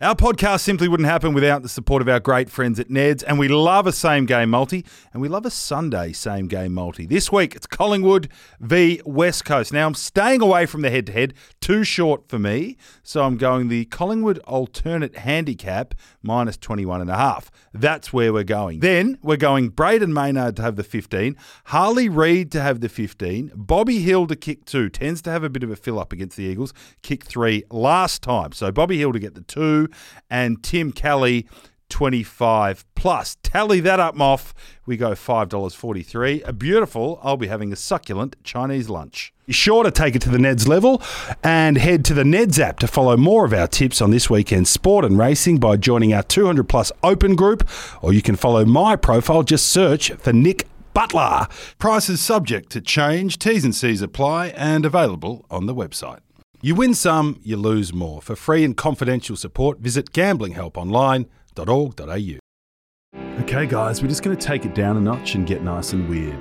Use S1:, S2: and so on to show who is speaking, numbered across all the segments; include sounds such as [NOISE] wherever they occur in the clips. S1: Our podcast simply wouldn't happen without the support of our great friends at Ned's, and we love a same game multi, and we love a Sunday same game multi. This week it's Collingwood v West Coast. Now I'm staying away from the head to head, too short for me, so I'm going the Collingwood alternate handicap minus 21 and a half. That's where we're going. Then we're going Braden Maynard to have the 15, Harley Reid to have the 15, Bobby Hill to kick two, tends to have a bit of a fill up against the Eagles, kick three last time. So Bobby Hill to get the two, and Tim Kelly 25 plus. Tally that up, Moff. We go $5.43. A beautiful, I'll be having a succulent Chinese lunch.
S2: Be sure to take it to the Neds level and head to the Neds app to follow more of our tips on this weekend's sport and racing by joining our 200 plus open group, or you can follow my profile. Just search for Nick Butler.
S1: Prices subject to change, T's and C's apply, and available on the website.
S2: You win some, you lose more. For free and confidential support, visit gamblinghelponline.org.au.
S3: Okay, guys, we're just going to take it down a notch and get nice and weird.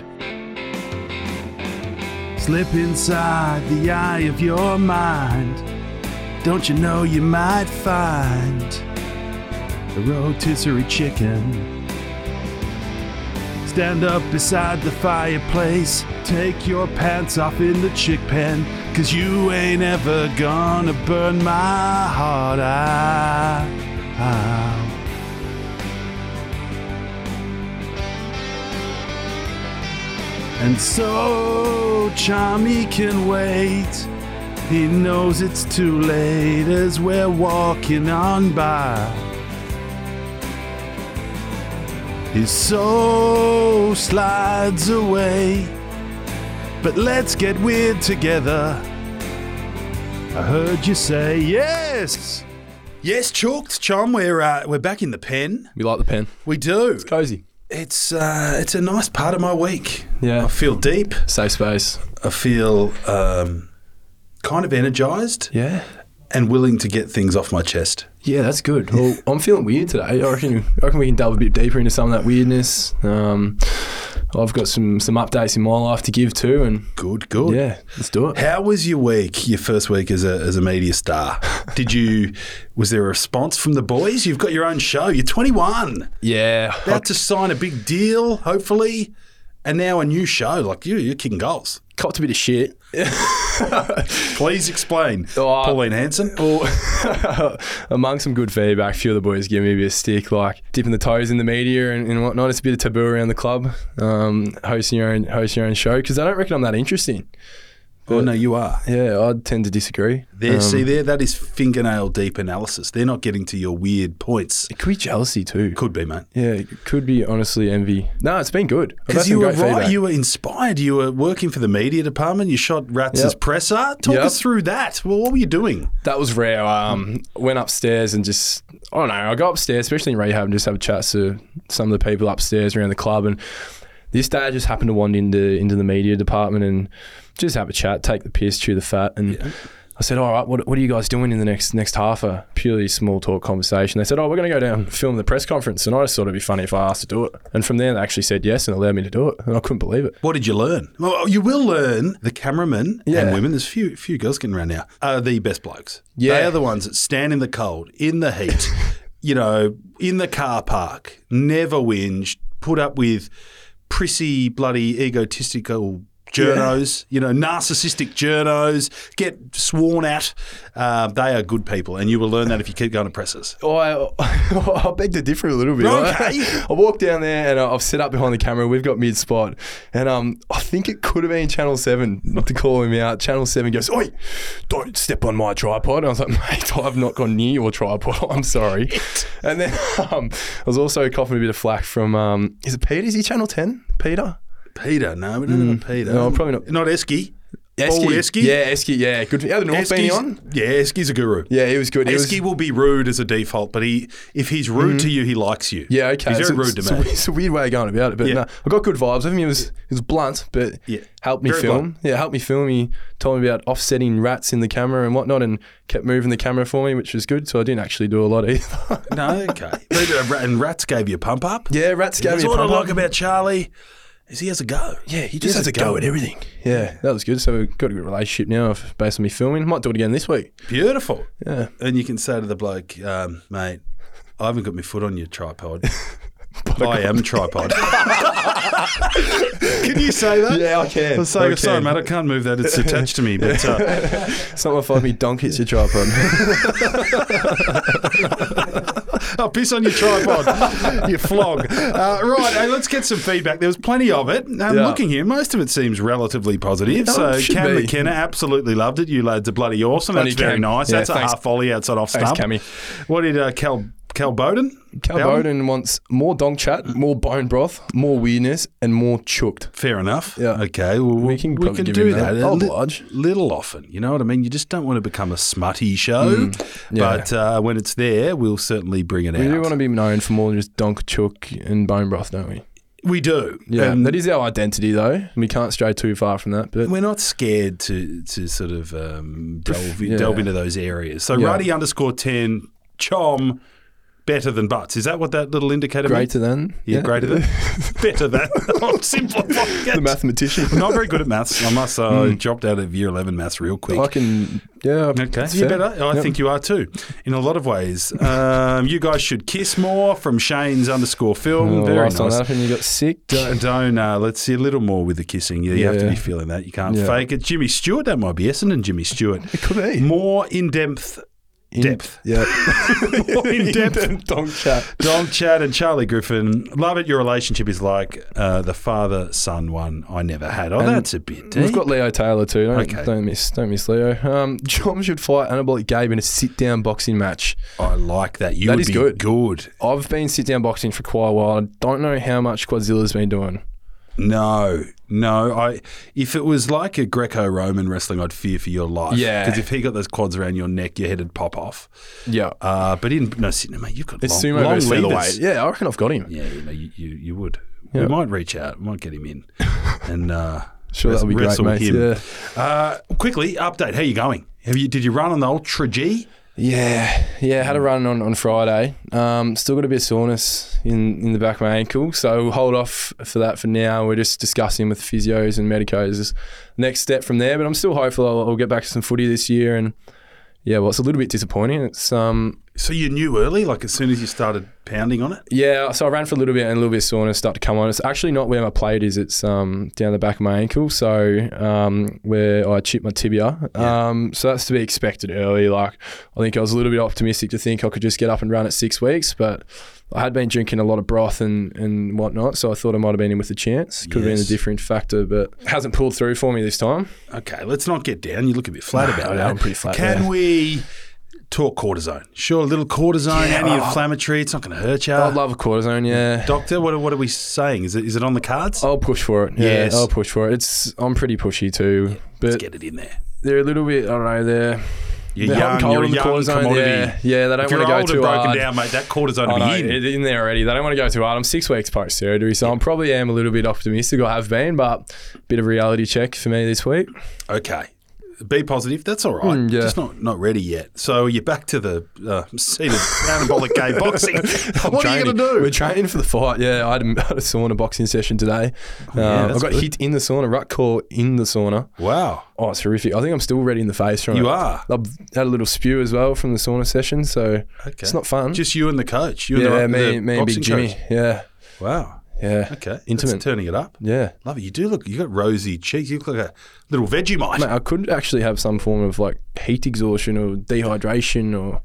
S3: Slip inside the eye of your mind. Don't you know you might find a rotisserie chicken? Stand up beside the fireplace. Take your pants off in the chick pen. Cause you ain't ever gonna burn my heart out. And so Chami can wait. He knows it's too late as we're walking on by. His soul slides away. But let's get weird together. I heard you say yes.
S1: Yes, Chalked Chum, we're, uh, we're back in the pen.
S4: We like the pen.
S1: We do.
S4: Cozy.
S1: It's, uh, it's a nice part of my week.
S4: Yeah.
S1: I feel deep.
S4: Safe space.
S1: I feel um, kind of energized
S4: Yeah.
S1: and willing to get things off my chest.
S4: Yeah, that's good. [LAUGHS] Well, I'm feeling weird today. I reckon, I reckon we can delve a bit deeper into some of that weirdness. Um, I've got some, some updates in my life to give too, and
S1: Good, good.
S4: yeah, let's do it.
S1: How was your week? Your first week as a as a media star? Did you? was there a response from the boys? You've got your own show. You're 21,
S4: Yeah.
S1: about to sign a big deal, hopefully, and now a new show. Like you, you're kicking goals.
S4: I copped a bit of shit.
S1: Please explain,
S4: Oh,
S1: Pauline Hanson.
S4: Well, [LAUGHS] among some good feedback, a few of the boys give me a bit of stick, like dipping the toes in the media and, and whatnot. It's a bit of taboo around the club, um, hosting your own hosting your own show because I don't reckon I'm that interesting.
S1: Oh no, you are.
S4: Yeah, I tend to disagree.
S1: There, see there. That is fingernail deep analysis. They're not getting to your weird points.
S4: It could be jealousy too.
S1: Could be, mate.
S4: Yeah, it could be honestly envy. No, it's been good. I've had
S1: Because
S4: some
S1: you were
S4: great
S1: right,
S4: feedback.
S1: you were inspired. You were working for the media department. You shot Rats'
S4: Yep.
S1: presser. Talk
S4: Yep.
S1: us through that. Well, what were you doing?
S4: That was rare. Um, went upstairs and just I don't know. I go upstairs, especially in rehab, and just have chats to some of the people upstairs around the club. And this day, I just happened to wander into into the media department and just have a chat, take the piss, chew the fat, and. I said, all right, what, what are you guys doing in the next next half hour? Purely small talk conversation. They said, oh, we're going to go down and film the press conference. And I just thought it'd be funny if I asked to do it. And from there, they actually said yes and allowed me to do it. And I couldn't believe it.
S1: What did you learn? Well, you will learn the cameramen and
S4: Yeah.
S1: women. There's few few girls getting around now. Are the best blokes.
S4: Yeah.
S1: they are the ones that stand in the cold, in the
S4: [LAUGHS]
S1: heat, you know, in the car park, never whinge, put up with prissy, bloody, egotistical journos. You know, narcissistic journos get sworn at. Uh, they are good people, and you will learn that if you keep going to presses.
S4: Oh, I, I beg to differ a little bit.
S1: Okay.
S4: I walked down there and I- I've set up behind the camera. We've got mid spot, and um, I think it could have been Channel Seven to call him out. Channel Seven goes, "Oi, don't step on my tripod." And I was like, [LAUGHS] "Mate, I've not gone near your tripod. [LAUGHS]
S1: [LAUGHS]
S4: I'm sorry." And then um, I was also coughing a bit of flack from um, is it Peter? Is he Channel Ten? Peter.
S1: Peter, no, we don't have a Peter.
S4: Mm. No, probably not.
S1: Not Esky. Bald Esky.
S4: Yeah, Esky. Yeah, good. Yeah, the North beanie
S1: Esky's-
S4: on.
S1: Yeah, Esky's a guru.
S4: Yeah, he was good. He was- Mm.
S1: Esky will be rude as a default, but he if he's rude to you, he likes you.
S4: Yeah, okay.
S1: He's
S4: It's-
S1: very rude
S4: it's,
S1: to me.
S4: It's, a weird way of going about it, but
S1: Yeah.
S4: no, I got good vibes. I mean, it was it was blunt, but
S1: Yeah.
S4: helped me
S1: Very
S4: film.
S1: blunt.
S4: Yeah, helped me film. He told me about offsetting rats in the camera and whatnot, and kept moving the camera for me, which was good. So I didn't actually do a lot either. [LAUGHS]
S1: [LAUGHS] No, okay. But, uh, ra- and Rats gave you a pump up.
S4: yeah, rats gave
S1: That's
S4: me a
S1: what I
S4: pump up.
S1: like about Charlie. is he has a go.
S4: Yeah, he
S1: He
S4: just
S1: has,
S4: has
S1: a go at everything.
S4: Yeah, that was good. So we've got a good relationship now if- based on me filming. Might do it again this week.
S1: Beautiful.
S4: Yeah.
S1: And you can say to the bloke, um, mate, I haven't got my foot on your tripod.
S4: [LAUGHS]
S1: I am tripod.
S5: Can you say that?
S4: Yeah, I can.
S1: So, Sorry, mate, I can't move that. It's attached to me. But uh,
S4: Someone find me donk hits your
S1: [LAUGHS]
S4: tripod.
S5: I'll piss on your
S4: [LAUGHS]
S5: tripod, you flog. Uh, right, hey, let's get some feedback. There was plenty of it. Um,
S4: Yeah.
S5: Looking here, most of it seems relatively positive.
S4: Oh,
S5: so
S4: it should
S5: Cam
S4: be.
S5: McKenna absolutely loved it. You lads are bloody awesome.
S4: Bloody
S5: That's very
S4: Cam.
S5: nice.
S4: Yeah,
S5: That's
S4: thanks.
S5: a half volley outside off
S4: Thanks,
S5: stump.
S4: Cammy.
S5: What did uh, Cal Cal Bowden?
S4: Cal
S5: Bowden?
S4: Bowden wants more donk chat, more bone broth, more weirdness, and more chooked.
S1: fair enough.
S4: Yeah.
S1: Okay. Well,
S4: We can probably give
S1: do
S4: him that. Oh,
S1: that. A
S4: I'll
S1: li-
S4: oblige.
S1: little often. You know what I mean? You just don't want to become a smutty show.
S4: Mm. yeah.
S1: But uh, when it's there, we'll certainly bring it
S4: We
S1: out.
S4: do want to be known for more than just donk, chook, and bone broth, don't we?
S1: we do.
S4: Yeah,
S1: And
S4: that is our identity though. and We can't stray too far from that. But
S1: we're not scared to to sort of um, delve,
S4: Yeah.
S1: delve into those areas. So
S4: Yeah.
S1: Ruddy underscore ten chom better than butts. Is that what that little indicator means?
S4: greater than
S1: Yeah, greater
S4: [LAUGHS]
S1: than better than. [LAUGHS] I'm simplifying it.
S4: the Hmm. mathematician.
S1: I'm not very good at maths. I must. Uh, I dropped out of year eleven maths real quick.
S4: [LAUGHS] I can. Yeah.
S1: Okay,
S4: it's
S1: you
S4: Oh, fair.
S1: better. I
S4: Yep.
S1: think you are too, in a lot of ways. Um, you guys should kiss more from Shane's underscore film.
S4: Oh,
S1: Very
S4: last time
S1: nice.
S4: that happened, you got sick.
S1: Don't, don't uh, let's see a little more with the kissing. Yeah, you have to
S4: Yeah.
S1: be feeling that. You can't
S4: Yeah.
S1: fake it. Jimmy Stewart, that might be Essendon. Jimmy Stewart,
S4: It could be
S1: more in depth, depth,
S4: Yeah.
S1: more
S4: [LAUGHS]
S1: in depth.
S4: donk chat.
S1: Dom Chad and Charlie Griffin, love it. Your relationship is like uh, the father son one I never had. Oh,
S4: And
S1: that's a bit deep.
S4: We've got Leo Taylor too. Don't,
S1: Okay.
S4: don't miss, don't miss Leo. Um, John should fight Anabolic Gabe in a sit-down boxing match.
S1: I like that. You
S4: That
S1: would
S4: is
S1: be
S4: good.
S1: good.
S4: I've been sit-down boxing for quite a while. I don't know how much Quadzilla's been doing.
S1: No, no. I if it was like a Greco-Roman wrestling, I'd fear for your life.
S4: Yeah.
S1: because if he got those quads around your neck, your head'd pop off.
S4: Yeah,
S1: Uh, but in no, Sydney, mate, you've got
S4: it's
S1: long,
S4: sumo
S1: long
S4: versus featherweight.
S1: levers.
S4: Yeah, I reckon I've got him.
S1: Yeah, you, know, you, you, you would. We
S4: Yeah.
S1: might reach out. We might get him
S4: [LAUGHS]
S1: in. And uh,
S4: Sure, that'll be great,
S1: wrestle
S4: mate.
S1: him.
S4: Yeah.
S1: uh, quickly update. How you going? Have you did you run on the Ultra G?
S4: Yeah, yeah. Had a run on on Friday. Um, still got a bit of soreness in in the back of my ankle, so we'll hold off for that for now. We're just discussing with physios and medicos this next step from there. But I'm still hopeful I'll, I'll get back to some footy this year. And yeah, well, it's a little bit disappointing. It's um,
S1: So you knew early, like as soon as you started pounding on it.
S4: yeah. So I ran for a little bit and a little bit of soreness started to come on. It's actually not where my plate is. It's um down the back of my ankle, so um where I chipped my tibia. Um, so that's to be expected early. Like I think I was a little bit optimistic to think I could just get up and run at six weeks, but I had been drinking a lot of broth and, and whatnot, so I thought I might have been in with a chance. Could have been
S1: Yes.
S4: a different factor, but hasn't pulled through for me this time.
S1: Okay, let's not get down. You look a bit flat about it.
S4: yeah, I'm pretty flat,
S1: Can
S4: yeah.
S1: we talk cortisone? Sure, a little cortisone, anti-inflammatory. It's not going to hurt you.
S4: I'd love a cortisone, yeah.
S1: Doctor, what, are- what are we saying? Is it is it on the cards?
S4: I'll push for it. Yeah,
S1: Yes.
S4: I'll push for it. It's I'm pretty pushy too,
S1: Let's
S4: but
S1: get it in there.
S4: they're a little bit. I don't know. They're
S1: You're
S4: they're hot
S1: young.
S4: and cold
S1: You're a
S4: in the
S1: young
S4: cortisone,
S1: commodity.
S4: Yeah, yeah, they don't
S1: If you're
S4: want
S1: old
S4: to
S1: and
S4: go too
S1: broken
S4: hard.
S1: down, mate, that cortisone
S4: I
S1: will
S4: know,
S1: be in.
S4: it- in there already. They don't want to go too hard. I'm six weeks post surgery, so I'm probably am a little bit optimistic. I have been, but bit of reality check for me this week.
S1: Okay. Be positive. That's all right.
S4: Mm, yeah.
S1: Just not, not ready yet. So you're back to the uh, seat of anabolic [LAUGHS] gay boxing. what are you going to do?
S4: We're training for the fight. Yeah, I had a, [LAUGHS] had a sauna boxing session today.
S1: yeah,
S4: Um, I
S1: that's
S4: got
S1: good.
S4: hit in the sauna, rut core in the sauna.
S1: wow.
S4: Oh, it's horrific. I think I'm still red in the face from it.
S1: You are.
S4: I've had a little spew as well from the sauna session, so it's not fun.
S1: Just you and the coach. You
S4: yeah,
S1: and the,
S4: me,
S1: the
S4: me and Big
S1: boxing
S4: Jimmy.
S1: coach.
S4: Yeah,
S1: Wow.
S4: yeah.
S1: Okay.
S4: Intimate.
S1: That's turning it up.
S4: Yeah.
S1: Love it. You do look, you got rosy cheeks. You look like a little Vegemite.
S4: Mate, I could actually have some form of like heat exhaustion or dehydration or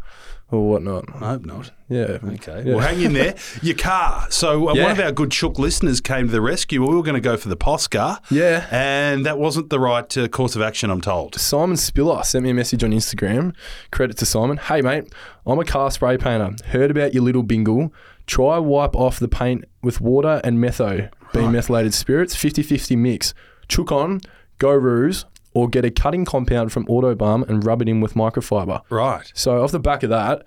S4: or whatnot.
S1: I hope not.
S4: Yeah.
S1: Okay.
S4: Yeah.
S1: Well, hang in
S4: [LAUGHS]
S1: there. Your car. So uh,
S4: Yeah.
S1: one of our good Chook listeners came to the rescue. We were going to go for the Poscar.
S4: Yeah.
S1: And that wasn't the right uh, course of action, I'm told.
S4: Simon Spiller sent me a message on Instagram. Credit to Simon. Hey mate, I'm a car spray painter. Heard about your little bingle. Try wipe off the paint with water and metho, being methylated spirits, 50-50 mix. Chook on, go ruse, or get a cutting compound from Autobalm and rub it in with microfiber.
S1: Right.
S4: So off the back of that,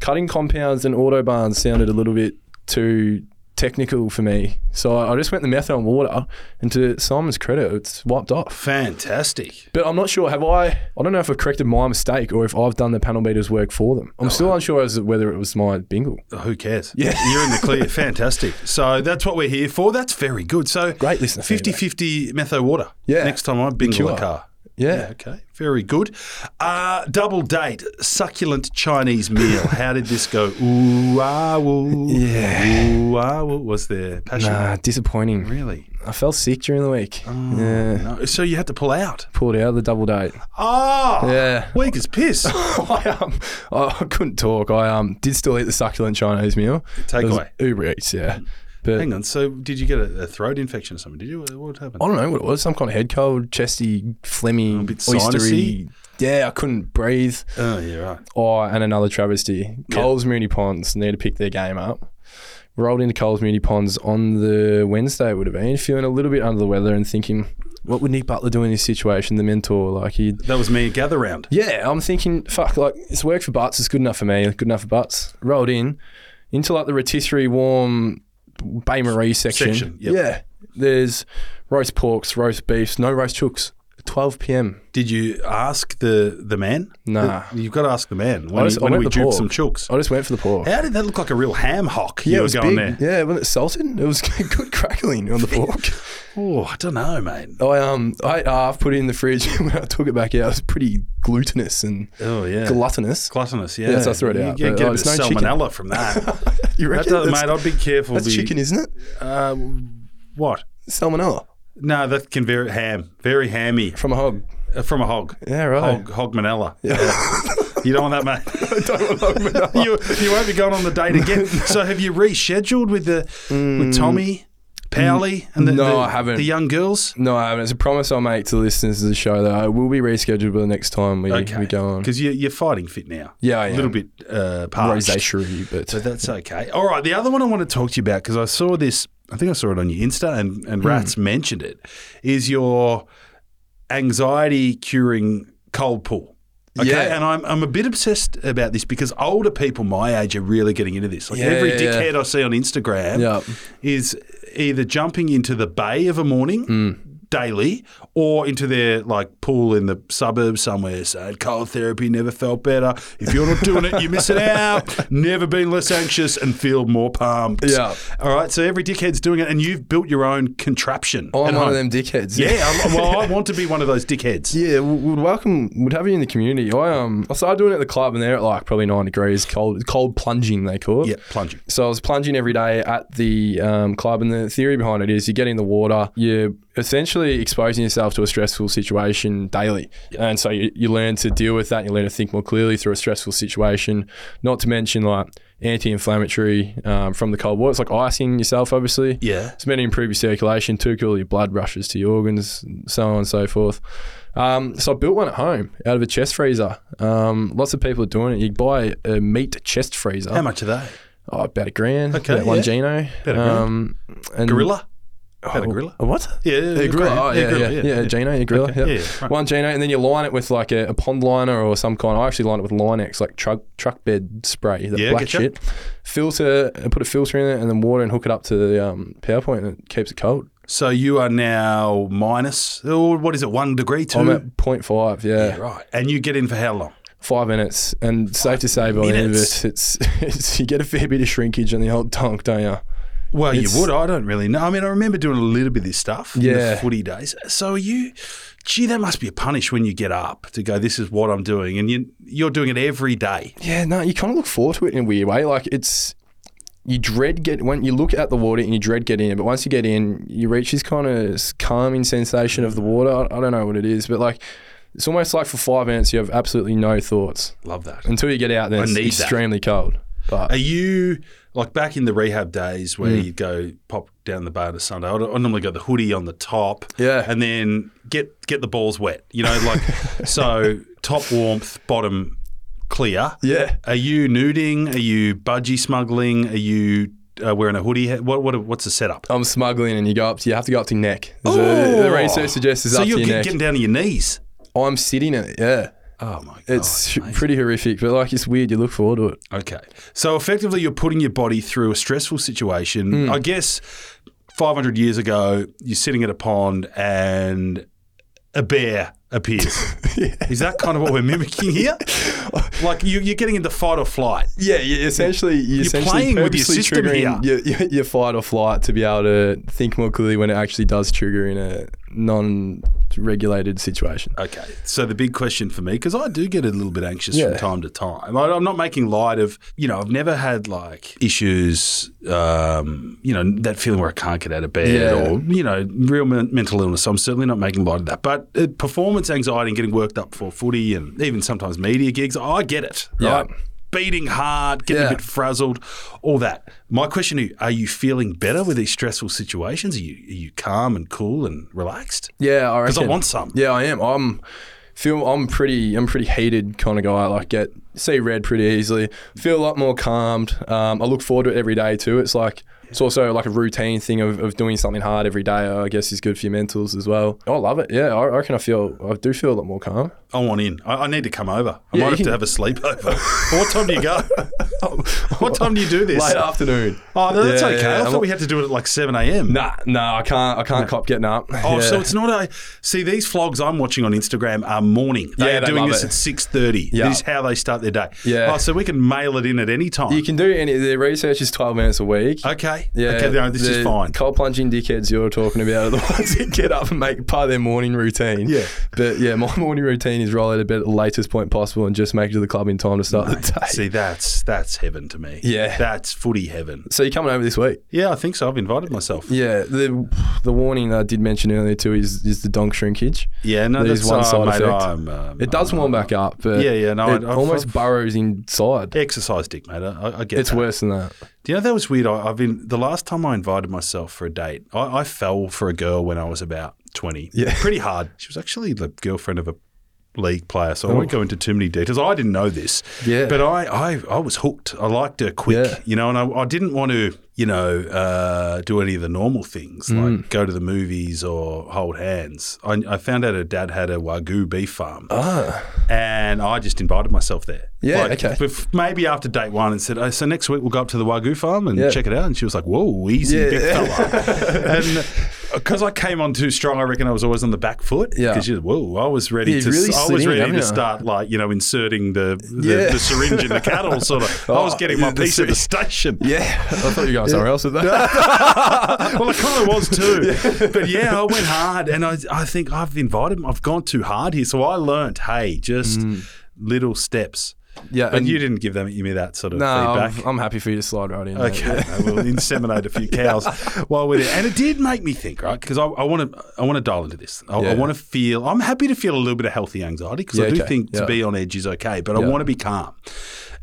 S4: cutting compounds and autobahns sounded a little bit too technical for me. So I, I just went the method on water, and to Simon's credit, it's wiped off.
S1: Fantastic.
S4: But I'm not sure. Have I? I don't know if I've corrected my mistake or if I've done the panel beaters work for them. I'm still unsure as to whether it was my bingle.
S1: Who cares?
S4: Yeah.
S1: [LAUGHS] You're in the clear. Fantastic. So that's what we're here for. That's very good. So
S4: Great listener
S1: 50 50 metho water.
S4: Yeah.
S1: Next time I bingo a
S4: Cure.
S1: car.
S4: Yeah.
S1: Okay. Very good. Uh, double date succulent Chinese meal. How did this go? Ooh ah woo.
S4: Yeah.
S1: Ooh ah woo. Was there passion?
S4: Nah, disappointing.
S1: Really?
S4: I fell sick during the week. yeah.
S1: No. So you had to pull out.
S4: Pulled out of the double date. [LAUGHS]
S1: Oh.
S4: Yeah.
S1: Weak as piss.
S4: [LAUGHS] I, um, I I couldn't talk. I um did still eat the succulent Chinese meal. It was
S1: Takeaway.
S4: Uber Eats, yeah. But
S1: Hang on. So did you get a, a throat infection or something? Did you? What happened?
S4: I don't know what it was. Some kind of head cold, chesty, phlegmy,
S1: bit
S4: oystery.
S1: sinusy?
S4: Yeah, I couldn't breathe.
S1: Oh, yeah, right.
S4: Oh, and another travesty. Coles Mooney Ponds need to pick their game up. Rolled into Coles Mooney Ponds on the Wednesday, it would have been, feeling a little bit under the weather and thinking, what would Nick Butler do in this situation? The mentor, like he.
S1: That was me. Gather round.
S4: Yeah, I'm thinking, fuck, like it's worked for Butts, it's good enough for me, good enough for Butts. Rolled in into like the rotisserie warm Bay Marie section.
S1: Section, yep.
S4: Yeah, there's roast porks, roast beefs, no roast chooks. 12 p.m.
S1: Did you ask the the man?
S4: Nah.
S1: You've got to ask the man. When,
S4: I just-
S1: he- when
S4: I went
S1: we
S4: the
S1: duped
S4: pork.
S1: some chooks.
S4: I just went for the pork.
S1: How did that look like a real ham hock? you were going there.
S4: Yeah, wasn't it salted? It was [LAUGHS] good crackling on
S1: [LAUGHS]
S4: the pork.
S1: Oh, I don't know, mate.
S4: I um I ate half, put it in the fridge, [LAUGHS] and when I took it back out, it was pretty glutinous and
S1: Oh, yeah.
S4: gluttonous.
S1: Gluttonous, yeah.
S4: Yeah, so I threw it out,
S1: You get,
S4: but,
S1: get
S4: oh,
S1: a bit
S4: it's
S1: of
S4: no chicken.
S1: salmonella from
S4: [LAUGHS]
S1: that. that
S4: You reckon?
S1: does,
S4: that's
S1: mate, I'd be careful.
S4: that's
S1: be-
S4: chicken, isn't it?
S1: Uh, what?
S4: Salmonella
S1: No, that can very ham, very hammy
S4: from a hog.
S1: uh, from a hog.
S4: Yeah, right. [LAUGHS]
S1: Hog, hog manella. [LAUGHS] you don't want that, mate. you, you won't be going on the date
S4: [LAUGHS]
S1: again. so have you rescheduled with the with Tommy, Powley, and the,
S4: Mm. No,
S1: the-
S4: I haven't.
S1: the young girls?
S4: No, I haven't. It's a promise I'll make to the listeners of the show that I will be rescheduled for the next time we, we go on.
S1: Because you, you're fighting fit now.
S4: Yeah, I
S1: a
S4: am.
S1: little bit uh, parched.
S4: Rosacea, but
S1: So that's okay. All right. The other one I want to talk to you about because I saw this. I think I saw it on your Insta, and and
S4: Hmm.
S1: Rats mentioned it. Is your anxiety curing cold pool? Okay,
S4: Yeah.
S1: and I'm, I'm a bit obsessed about this because older people my age are really getting into this. Like
S4: Yeah,
S1: every
S4: yeah, yeah.
S1: dickhead I see on Instagram
S4: Yeah.
S1: is either jumping into the bay of a morning
S4: Hmm.
S1: daily or into their like pool in the suburbs somewhere saying cold therapy never felt better. If you're not doing it, you're missing out. Never been less anxious and feel more pumped.
S4: Yeah.
S1: All right. So every dickhead's doing it and you've built your own contraption.
S4: Oh, I'm
S1: at home.
S4: one of them dickheads.
S1: Yeah.
S4: [LAUGHS]
S1: I'm- well, I want to be one of those dickheads.
S4: Yeah, we- we'd welcome, we'd have you in the community. I um, I started doing it at the club, and they're at like probably nine degrees, cold, cold plunging they call it.
S1: Yeah. Plunging.
S4: So I was plunging every day at the um, club, and the theory behind it is you get in the water, you're essentially exposing yourself to a stressful situation daily, and so you, you learn to deal with that. You learn to think more clearly through a stressful situation. Not to mention like anti-inflammatory um, from the cold water. It's like icing yourself, obviously.
S1: Yeah.
S4: It's meant to improve your circulation too, cool your blood rushes to your organs, so on and so forth. Um, so I built one at home out of a chest freezer. Um, lots of people are doing it. You buy a meat chest freezer.
S1: How much are they?
S4: Oh, about a grand.
S1: Okay,
S4: About one
S1: yeah.
S4: Gino.
S1: About a grand.
S4: Um, and
S1: Gorilla?
S4: Oh,
S1: about a gorilla?
S4: a what?
S1: Yeah.
S4: A gorilla. Oh, yeah, yeah, yeah, yeah, Gino, yeah, gorilla.
S1: Okay,
S4: yeah.
S1: yeah, right.
S4: One Gino, and then you line it with like a, a pond liner or some kind. I actually line it with Linex, like truck truck bed spray, that
S1: Yeah,
S4: black
S1: getcha.
S4: shit. Filter, and put a filter in it, and then water, and hook it up to the um, PowerPoint, and it keeps it cold.
S1: So you are now minus, oh, what is it, one degree, 2
S4: I'm at 0.5, yeah,
S1: Right. And you get in for how long?
S4: five minutes, and safe to say by the end of
S1: minutes.
S4: it, it's, [LAUGHS] it's you get a fair bit of shrinkage on the old tonk, don't you?
S1: Well,
S4: It's-
S1: you would. I don't really know. I mean, I remember doing a little bit of this stuff in the
S4: Yeah.
S1: footy days. So are you, gee, that must be a punish when you get up to go, this is what I'm doing. And you, you're doing it every day.
S4: Yeah, no, you kind of look forward to it in a weird way. Like it's you dread get when you look at the water and you dread getting in, but once you get in, you reach this kind of calming sensation of the water. I, I don't know what it is, but like it's almost like for five minutes you have absolutely no thoughts
S1: Love that.
S4: until you get out. Then it's
S1: need that.
S4: extremely cold. But
S1: Are you, like back in the rehab days where
S4: Mm.
S1: you'd go pop down the bar on a Sunday, I'd, I'd normally go the hoodie on the top
S4: Yeah.
S1: and then get, get the balls wet, you know,
S4: [LAUGHS]
S1: like, so top warmth, bottom clear.
S4: yeah,
S1: Are you nuding? Are you budgie smuggling? Are you uh, wearing a hoodie? What, what what's the setup?
S4: I'm smuggling, and you go up. To, you have to go up to your neck. The,
S1: Oh!
S4: the research suggests is
S1: so
S4: up to
S1: you're
S4: your
S1: get-
S4: neck.
S1: getting down to your knees.
S4: I'm sitting in it. Yeah,
S1: Oh my god.
S4: It's pretty horrific, but like it's weird. You look forward to it.
S1: Okay. So effectively, you're putting your body through a stressful situation. I guess 500 years ago, you're sitting at a pond and a bear appears. Is that kind of what we're mimicking here? Like you, you're getting into fight or flight.
S4: Yeah, you essentially you're, essentially
S1: playing with your
S4: purposely
S1: system
S4: triggering Your, your, your fight or flight to be able to think more clearly when it actually does trigger in a non-regulated situation.
S1: Okay. So the big question for me, because I do get a little bit anxious
S4: Yeah.
S1: from time to time. I, I'm not making light of, you know, I've never had like issues, um, you know, that feeling where I can't get out of bed
S4: Yeah.
S1: or, you know, real men- mental illness. So I'm certainly not making light of that. But uh, performance anxiety and getting worked up for footy and even sometimes media gigs, I get it.
S4: Yeah.
S1: Right? Beating hard, getting
S4: Yeah.
S1: a bit frazzled, all that. My question to you, are you feeling better with these stressful situations? Are you, are you calm and cool and relaxed?
S4: Yeah, I reckon.
S1: 'Cause I want some.
S4: Yeah, I am. I'm feel I'm pretty I'm pretty heated kind of guy. I like get see red pretty easily. Feel a lot more calmed. Um, I look forward to it every day too. It's like it's also like a routine thing of, of doing something hard every day. I guess is good for your mentals as well. I love it. Yeah, I I reckon I feel I do feel a lot more calm.
S1: I want in. I, I need to come over. I
S4: Yeah,
S1: might have
S4: you-
S1: to have a
S4: [LAUGHS]
S1: sleepover. what time do you go? what time do you do this?
S4: Late afternoon.
S1: Oh, no, that's
S4: Yeah,
S1: okay.
S4: yeah,
S1: I
S4: I'm
S1: thought
S4: not-
S1: we had to do it at like 7 a.m.
S4: Nah, nah, I can't. I can't cop getting up.
S1: Oh, so it's not a. See, these vlogs I'm watching on Instagram are morning. They
S4: Yeah,
S1: are
S4: they
S1: doing
S4: love
S1: this
S4: it.
S1: at six thirty.
S4: Yeah.
S1: This is how they start their day.
S4: Yeah.
S1: Oh, so we can mail it in at any time.
S4: you can do any. The research is twelve minutes a week.
S1: okay. Okay. No, this
S4: the
S1: is fine.
S4: Cold plunging dickheads you're talking about are the [LAUGHS] ones that get up and make part of their morning routine.
S1: Yeah.
S4: But yeah, my [LAUGHS] morning routine is roll out of bed at the latest point possible and just make it to the club in time to start the day.
S1: See, that's that's heaven to me.
S4: Yeah.
S1: That's footy heaven.
S4: So you're coming over this week?
S1: Yeah, I think so. I've invited myself.
S4: Yeah. The the warning I did mention earlier too is is the donk shrinkage.
S1: Yeah, no,
S4: There's
S1: that's one side mate,
S4: effect.
S1: I'm, um,
S4: It does
S1: I'm-
S4: warm back up, but
S1: Yeah, yeah, no,
S4: it
S1: I- I've-
S4: almost
S1: I've-
S4: burrows inside.
S1: Exercise, dick, mate. I, I get
S4: it's
S1: that.
S4: worse than that.
S1: Do you know that was weird? I, I've been the last time I invited myself for a date, I, I fell for a girl when I was about twenty.
S4: [LAUGHS]
S1: Yeah, pretty hard. She was actually the girlfriend of a league player, so I won't go into too many details. I didn't know this.
S4: Oh. Yeah.
S1: but I I, I was hooked. I liked her quick,
S4: Yeah.
S1: you know, and I, I didn't want to you know uh, do any of the normal things
S4: Mm.
S1: like go to the movies or hold hands. I, I found out her dad had a wagyu beef farm and I just invited myself there.
S4: Yeah, okay.
S1: bef- Maybe after date one, and said, oh, "So next week we'll go up to the Wagyu farm and
S4: Yeah.
S1: check it out." And she was like, "Whoa, easy,
S4: Yeah.
S1: big fella." [LAUGHS] and because I came on too strong, I reckon I was always on the back foot.
S4: Yeah.
S1: because whoa, I was ready
S4: Yeah,
S1: to,
S4: really
S1: I
S4: slid
S1: was
S4: in,
S1: ready
S4: haven't
S1: to
S4: you?
S1: start like you know inserting the the,
S4: Yeah.
S1: the syringe in the cattle sort of. I was
S4: [LAUGHS] Oh,
S1: getting my
S4: the
S1: piece at the
S4: syringe.
S1: station.
S4: Yeah. I thought you were going somewhere else with that.
S1: [LAUGHS]
S4: [LAUGHS]
S1: well, I kind of was too. But yeah, I went hard, and I, I think I've invited, I've gone too hard here. So I learnt, hey, just
S4: Mm.
S1: little steps.
S4: Yeah.
S1: But you didn't give them you me that sort of
S4: No, I'm,
S1: feedback.
S4: I'm happy for you to slide right in. mate.
S1: [LAUGHS]
S4: [LAUGHS]
S1: Okay, no, we'll inseminate a few cows while we're there, and it did make me think, right? Because I want to, I want to dial into this. I,
S4: Yeah.
S1: want to feel. I'm happy to feel a little bit of healthy anxiety because I
S4: Yeah,
S1: do
S4: okay.
S1: think to
S4: Yeah.
S1: be on edge is okay, but I
S4: Yeah.
S1: want to be calm.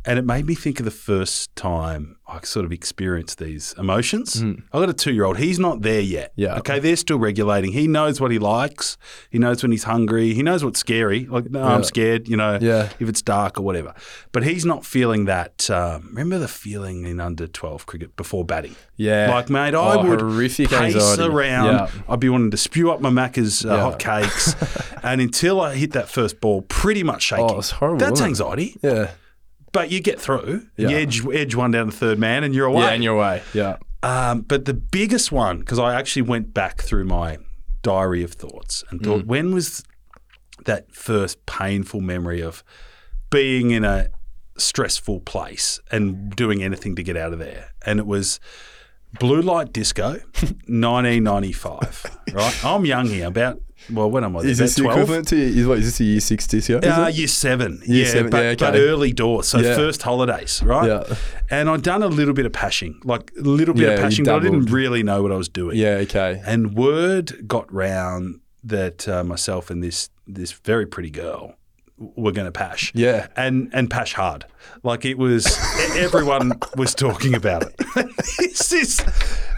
S1: And it made me think of the first time I sort of experienced these emotions. I got a two-year-old. He's not there yet.
S4: Hmm. Yeah.
S1: Okay. They're still regulating. He knows what he likes. He knows when he's hungry. He knows what's scary. Like, no, I'm
S4: Yeah.
S1: scared. You know
S4: Yeah.
S1: if it's dark or whatever. But he's not feeling that. Um, remember the feeling in under 12 cricket before batting?
S4: Yeah.
S1: Like, mate, I
S4: Oh,
S1: would
S4: horrific
S1: pace
S4: anxiety.
S1: around.
S4: Yeah.
S1: I'd be wanting to spew up my Macca's uh,
S4: Yeah.
S1: hot cakes.
S4: [LAUGHS]
S1: and until I hit that first ball, pretty much shaking.
S4: Oh, it's horrible,
S1: That's
S4: isn't it?
S1: anxiety.
S4: Yeah.
S1: But you get through.
S4: Yeah.
S1: You edge, edge one down the third man and you're away.
S4: Yeah, in your way. Yeah.
S1: Um, but the biggest one, because I actually went back through my diary of thoughts and thought,
S4: Mm.
S1: when was that first painful memory of being in a stressful place and doing anything to get out of there? And it was Blue Light Disco, [LAUGHS] 1995. Right, I'm young here. About well, when am I?
S4: Is
S1: about
S4: this the equivalent to is what is this a year six this year?
S1: uh, year seven. yeah,
S4: seven,
S1: but,
S4: yeah, okay.
S1: but early doors. So
S4: Yeah.
S1: first holidays, right?
S4: Yeah.
S1: And I'd done a little bit of pashing, like a little bit of
S4: Yeah, you
S1: pashing, but I didn't
S4: dabbled.
S1: really know what I was doing.
S4: yeah, okay.
S1: And word got round that uh, myself and this this very pretty girl were going to pash.
S4: Yeah.
S1: And and pash hard. Like it was e- everyone was talking about it. [LAUGHS] this is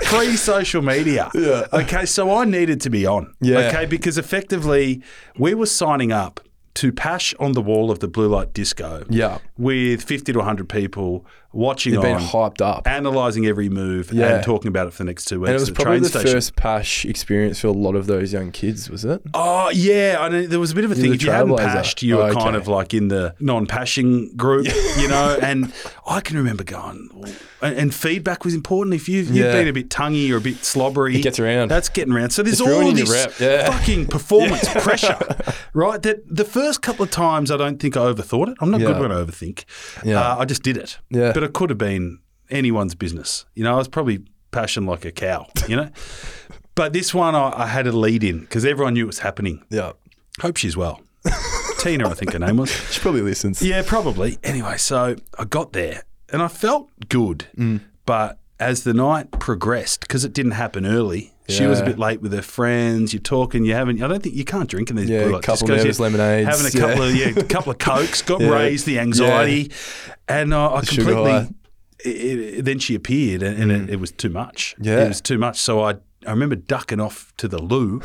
S1: pre social media. Yeah. Okay, so I needed to be on.
S4: Yeah.
S1: Okay, because effectively we were signing up to pash on the wall of the blue light disco
S4: Yeah.
S1: with 50 to 100 people watching
S4: They've
S1: on,
S4: been hyped up.
S1: analysing every move
S4: Yeah.
S1: and talking about it for the next two weeks
S4: And it was
S1: at the
S4: probably
S1: train
S4: the
S1: station.
S4: first Pash experience for a lot of those young kids, was it?
S1: Oh yeah, I know there was a bit of a thing.
S4: the
S1: If you hadn't
S4: trailblazer.
S1: pashed, you were
S4: Oh,
S1: kind
S4: okay.
S1: of like in the non-pashing group, you
S4: [LAUGHS]
S1: know. And I can remember going, "Oh," and, and feedback was important. If you've, you've
S4: Yeah.
S1: been a bit tonguey or a bit slobbery,
S4: It gets around.
S1: That's getting around. So there's
S4: It's
S1: all
S4: ruining your
S1: this
S4: rep, yeah. [LAUGHS]
S1: fucking performance pressure, right? That the first couple of times, I don't think I overthought it. I'm not good
S4: Yeah.
S1: when I overthink.
S4: Yeah.
S1: Uh, I just did it.
S4: Yeah.
S1: But it could have been anyone's business. You know, I was probably passion like a cow. You know. But this one I, I had a lead in because everyone knew it was happening.
S4: Yeah.
S1: Hope she's well. Tina, I think her name was.
S4: She probably listens.
S1: Yeah, probably. Anyway, so I got there and I felt good.
S4: Mm.
S1: But as the night progressed, because it didn't happen early, she was a
S4: Yeah.
S1: bit late with her friends. You're talking, you haven't, I don't think you can't drink in these
S4: Yeah,
S1: blue
S4: a
S1: lights.
S4: couple
S1: Just 'cause
S4: nervous
S1: you're
S4: lemonades,
S1: Having a
S4: yeah.
S1: couple
S4: [LAUGHS]
S1: of, yeah, a couple of Cokes, got
S4: Yeah.
S1: raised the anxiety. And I, I
S4: sugar
S1: completely,
S4: high. Mm.
S1: it, it, then she appeared and, and it, it was too much.
S4: Yeah.
S1: It was too much. So I, I remember ducking off to the
S4: [LAUGHS]
S1: loo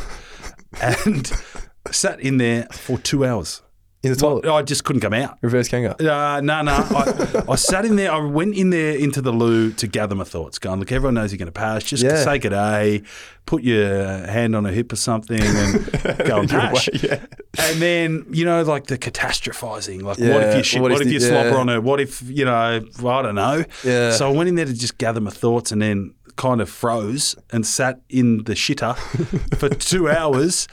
S1: and [LAUGHS] sat in there for two hours.
S4: In the toilet.
S1: I just couldn't come out.
S4: Reverse Kanga.
S1: Uh, no, no. I, I sat in there. I went in there into the loo to gather my thoughts. Going, look, everyone knows you're going to pass. Just
S4: Yeah.
S1: say good day. Put your hand on her hip or something, and go
S4: [LAUGHS]
S1: and pass. And then you know, like the catastrophizing. Like, what if
S4: Yeah,
S1: you shit?
S4: what
S1: What, if
S4: if the-
S1: you slobber
S4: yeah.
S1: on her? What if you know? I don't know.
S4: Yeah.
S1: So I went in there to just gather my thoughts, and then kind of froze and sat in the
S4: [LAUGHS]
S1: shitter for two hours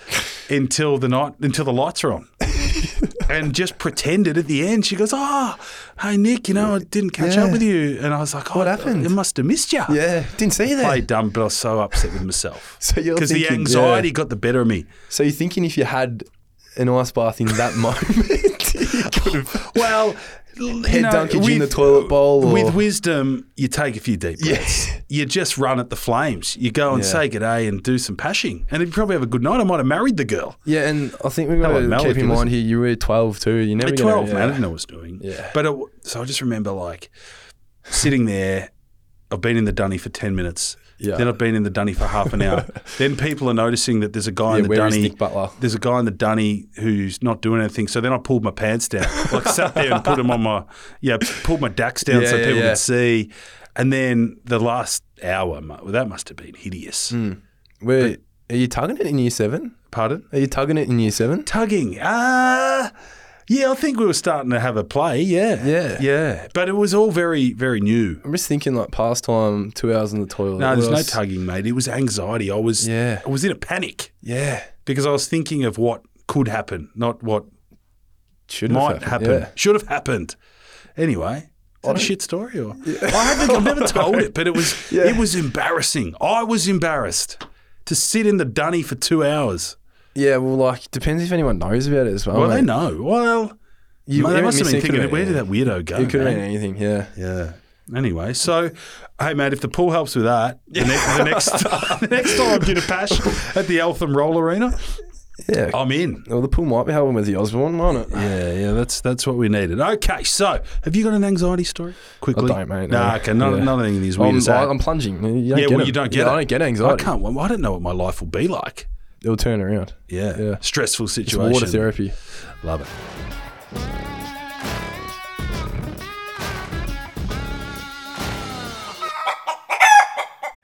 S1: until the night until the lights were on
S4: [LAUGHS]
S1: and just pretended at the end. She goes, "Oh, hey Nick, you know I didn't catch up
S4: Yeah.
S1: with you," and I was like, "What
S4: happened?"
S1: I must have missed you."
S4: Yeah. Didn't see that.
S1: Played dumb, but I was so upset with myself
S4: [LAUGHS] So you're
S1: because the
S4: thinking,
S1: anxiety
S4: yeah.
S1: got the better of me.
S4: So you're thinking if you had an ice bath in that [LAUGHS] moment, you could [LAUGHS] have
S1: Well,
S4: head dunkage in the toilet bowl or
S1: With wisdom, you take a few deep breaths. You just run at the flames. You go and
S4: Yeah.
S1: say good day and do some pashing, and you'd probably have a good night. I might have married the girl.
S4: Yeah, and I think we've got
S1: Hello,
S4: to
S1: Mel, if
S4: keep in
S1: you
S4: mind here, you were 12 too. You never
S1: At
S4: gonna-
S1: 12, man. I
S4: yeah.
S1: didn't know what I was doing.
S4: Yeah.
S1: But it, w- so I just remember like sitting there. I've been in the dunny for 10 minutes.
S4: Yeah.
S1: Then I've been in the dunny for half an
S4: [LAUGHS]
S1: hour. then people are noticing that there's a guy
S4: Yeah,
S1: in the
S4: where is
S1: dunny.
S4: Nick Butler?
S1: There's a guy in the dunny who's not doing anything. So then I pulled my pants down. Like sat there and put them on my, yeah, pulled my dacks down
S4: Yeah,
S1: so
S4: yeah,
S1: people
S4: yeah.
S1: could see. And then the last hour, mu- well, that must have been hideous.
S4: Hmm. Where, are you tugging it in year seven?
S1: Pardon?
S4: Are you tugging it in year seven?
S1: tugging. Ah, yeah, I think we were starting to have a play. Yeah,
S4: Yeah.
S1: yeah. But it was all very, very new.
S4: I'm just thinking like pastime, two hours in the toilet.
S1: No,
S4: What
S1: there's no
S4: else?
S1: tugging, mate. It was anxiety. I was,
S4: Yeah.
S1: I was in a panic
S4: Yeah.
S1: because I was thinking of what could happen, not what
S4: Should
S1: might happen,
S4: Yeah.
S1: should have happened. Anyway. What a shit story,
S4: [LAUGHS]
S1: or I haven't. I've never told it, but it was it was embarrassing. I was embarrassed to sit in the dunny for two hours.
S4: Yeah, well, like, depends if anyone knows about it as well.
S1: Well, they
S4: mate.
S1: know. Well,
S4: You,
S1: they must have been
S4: miss it, could've
S1: thinking,
S4: been
S1: where did that
S4: anything.
S1: weirdo go?
S4: It could have
S1: man?"
S4: been anything, yeah.
S1: Yeah. Anyway, so hey, mate, if the pool helps with that,
S4: [LAUGHS]
S1: the, next the next the next [LAUGHS] time I did a pash at the Eltham Roll Arena,
S4: Yeah.
S1: I'm in.
S4: Well, the pool might be helping with the Osborne, won't it?
S1: Yeah, yeah, that's that's what we needed. Okay, so have you got an anxiety story? Quickly,
S4: don't, mate,
S1: Nah,
S4: no.
S1: okay, none,
S4: Yeah.
S1: none of these weird.
S4: I'm,
S1: as that.
S4: I, am plunging. You don't
S1: yeah,
S4: get
S1: well,
S4: it.
S1: you don't get
S4: Yeah,
S1: it.
S4: I don't get anxiety.
S1: I can't. Well, I don't know what my life will be like.
S4: It'll turn around.
S1: Yeah,
S4: Yeah.
S1: stressful
S4: It's
S1: situation.
S4: water therapy.
S1: Love it.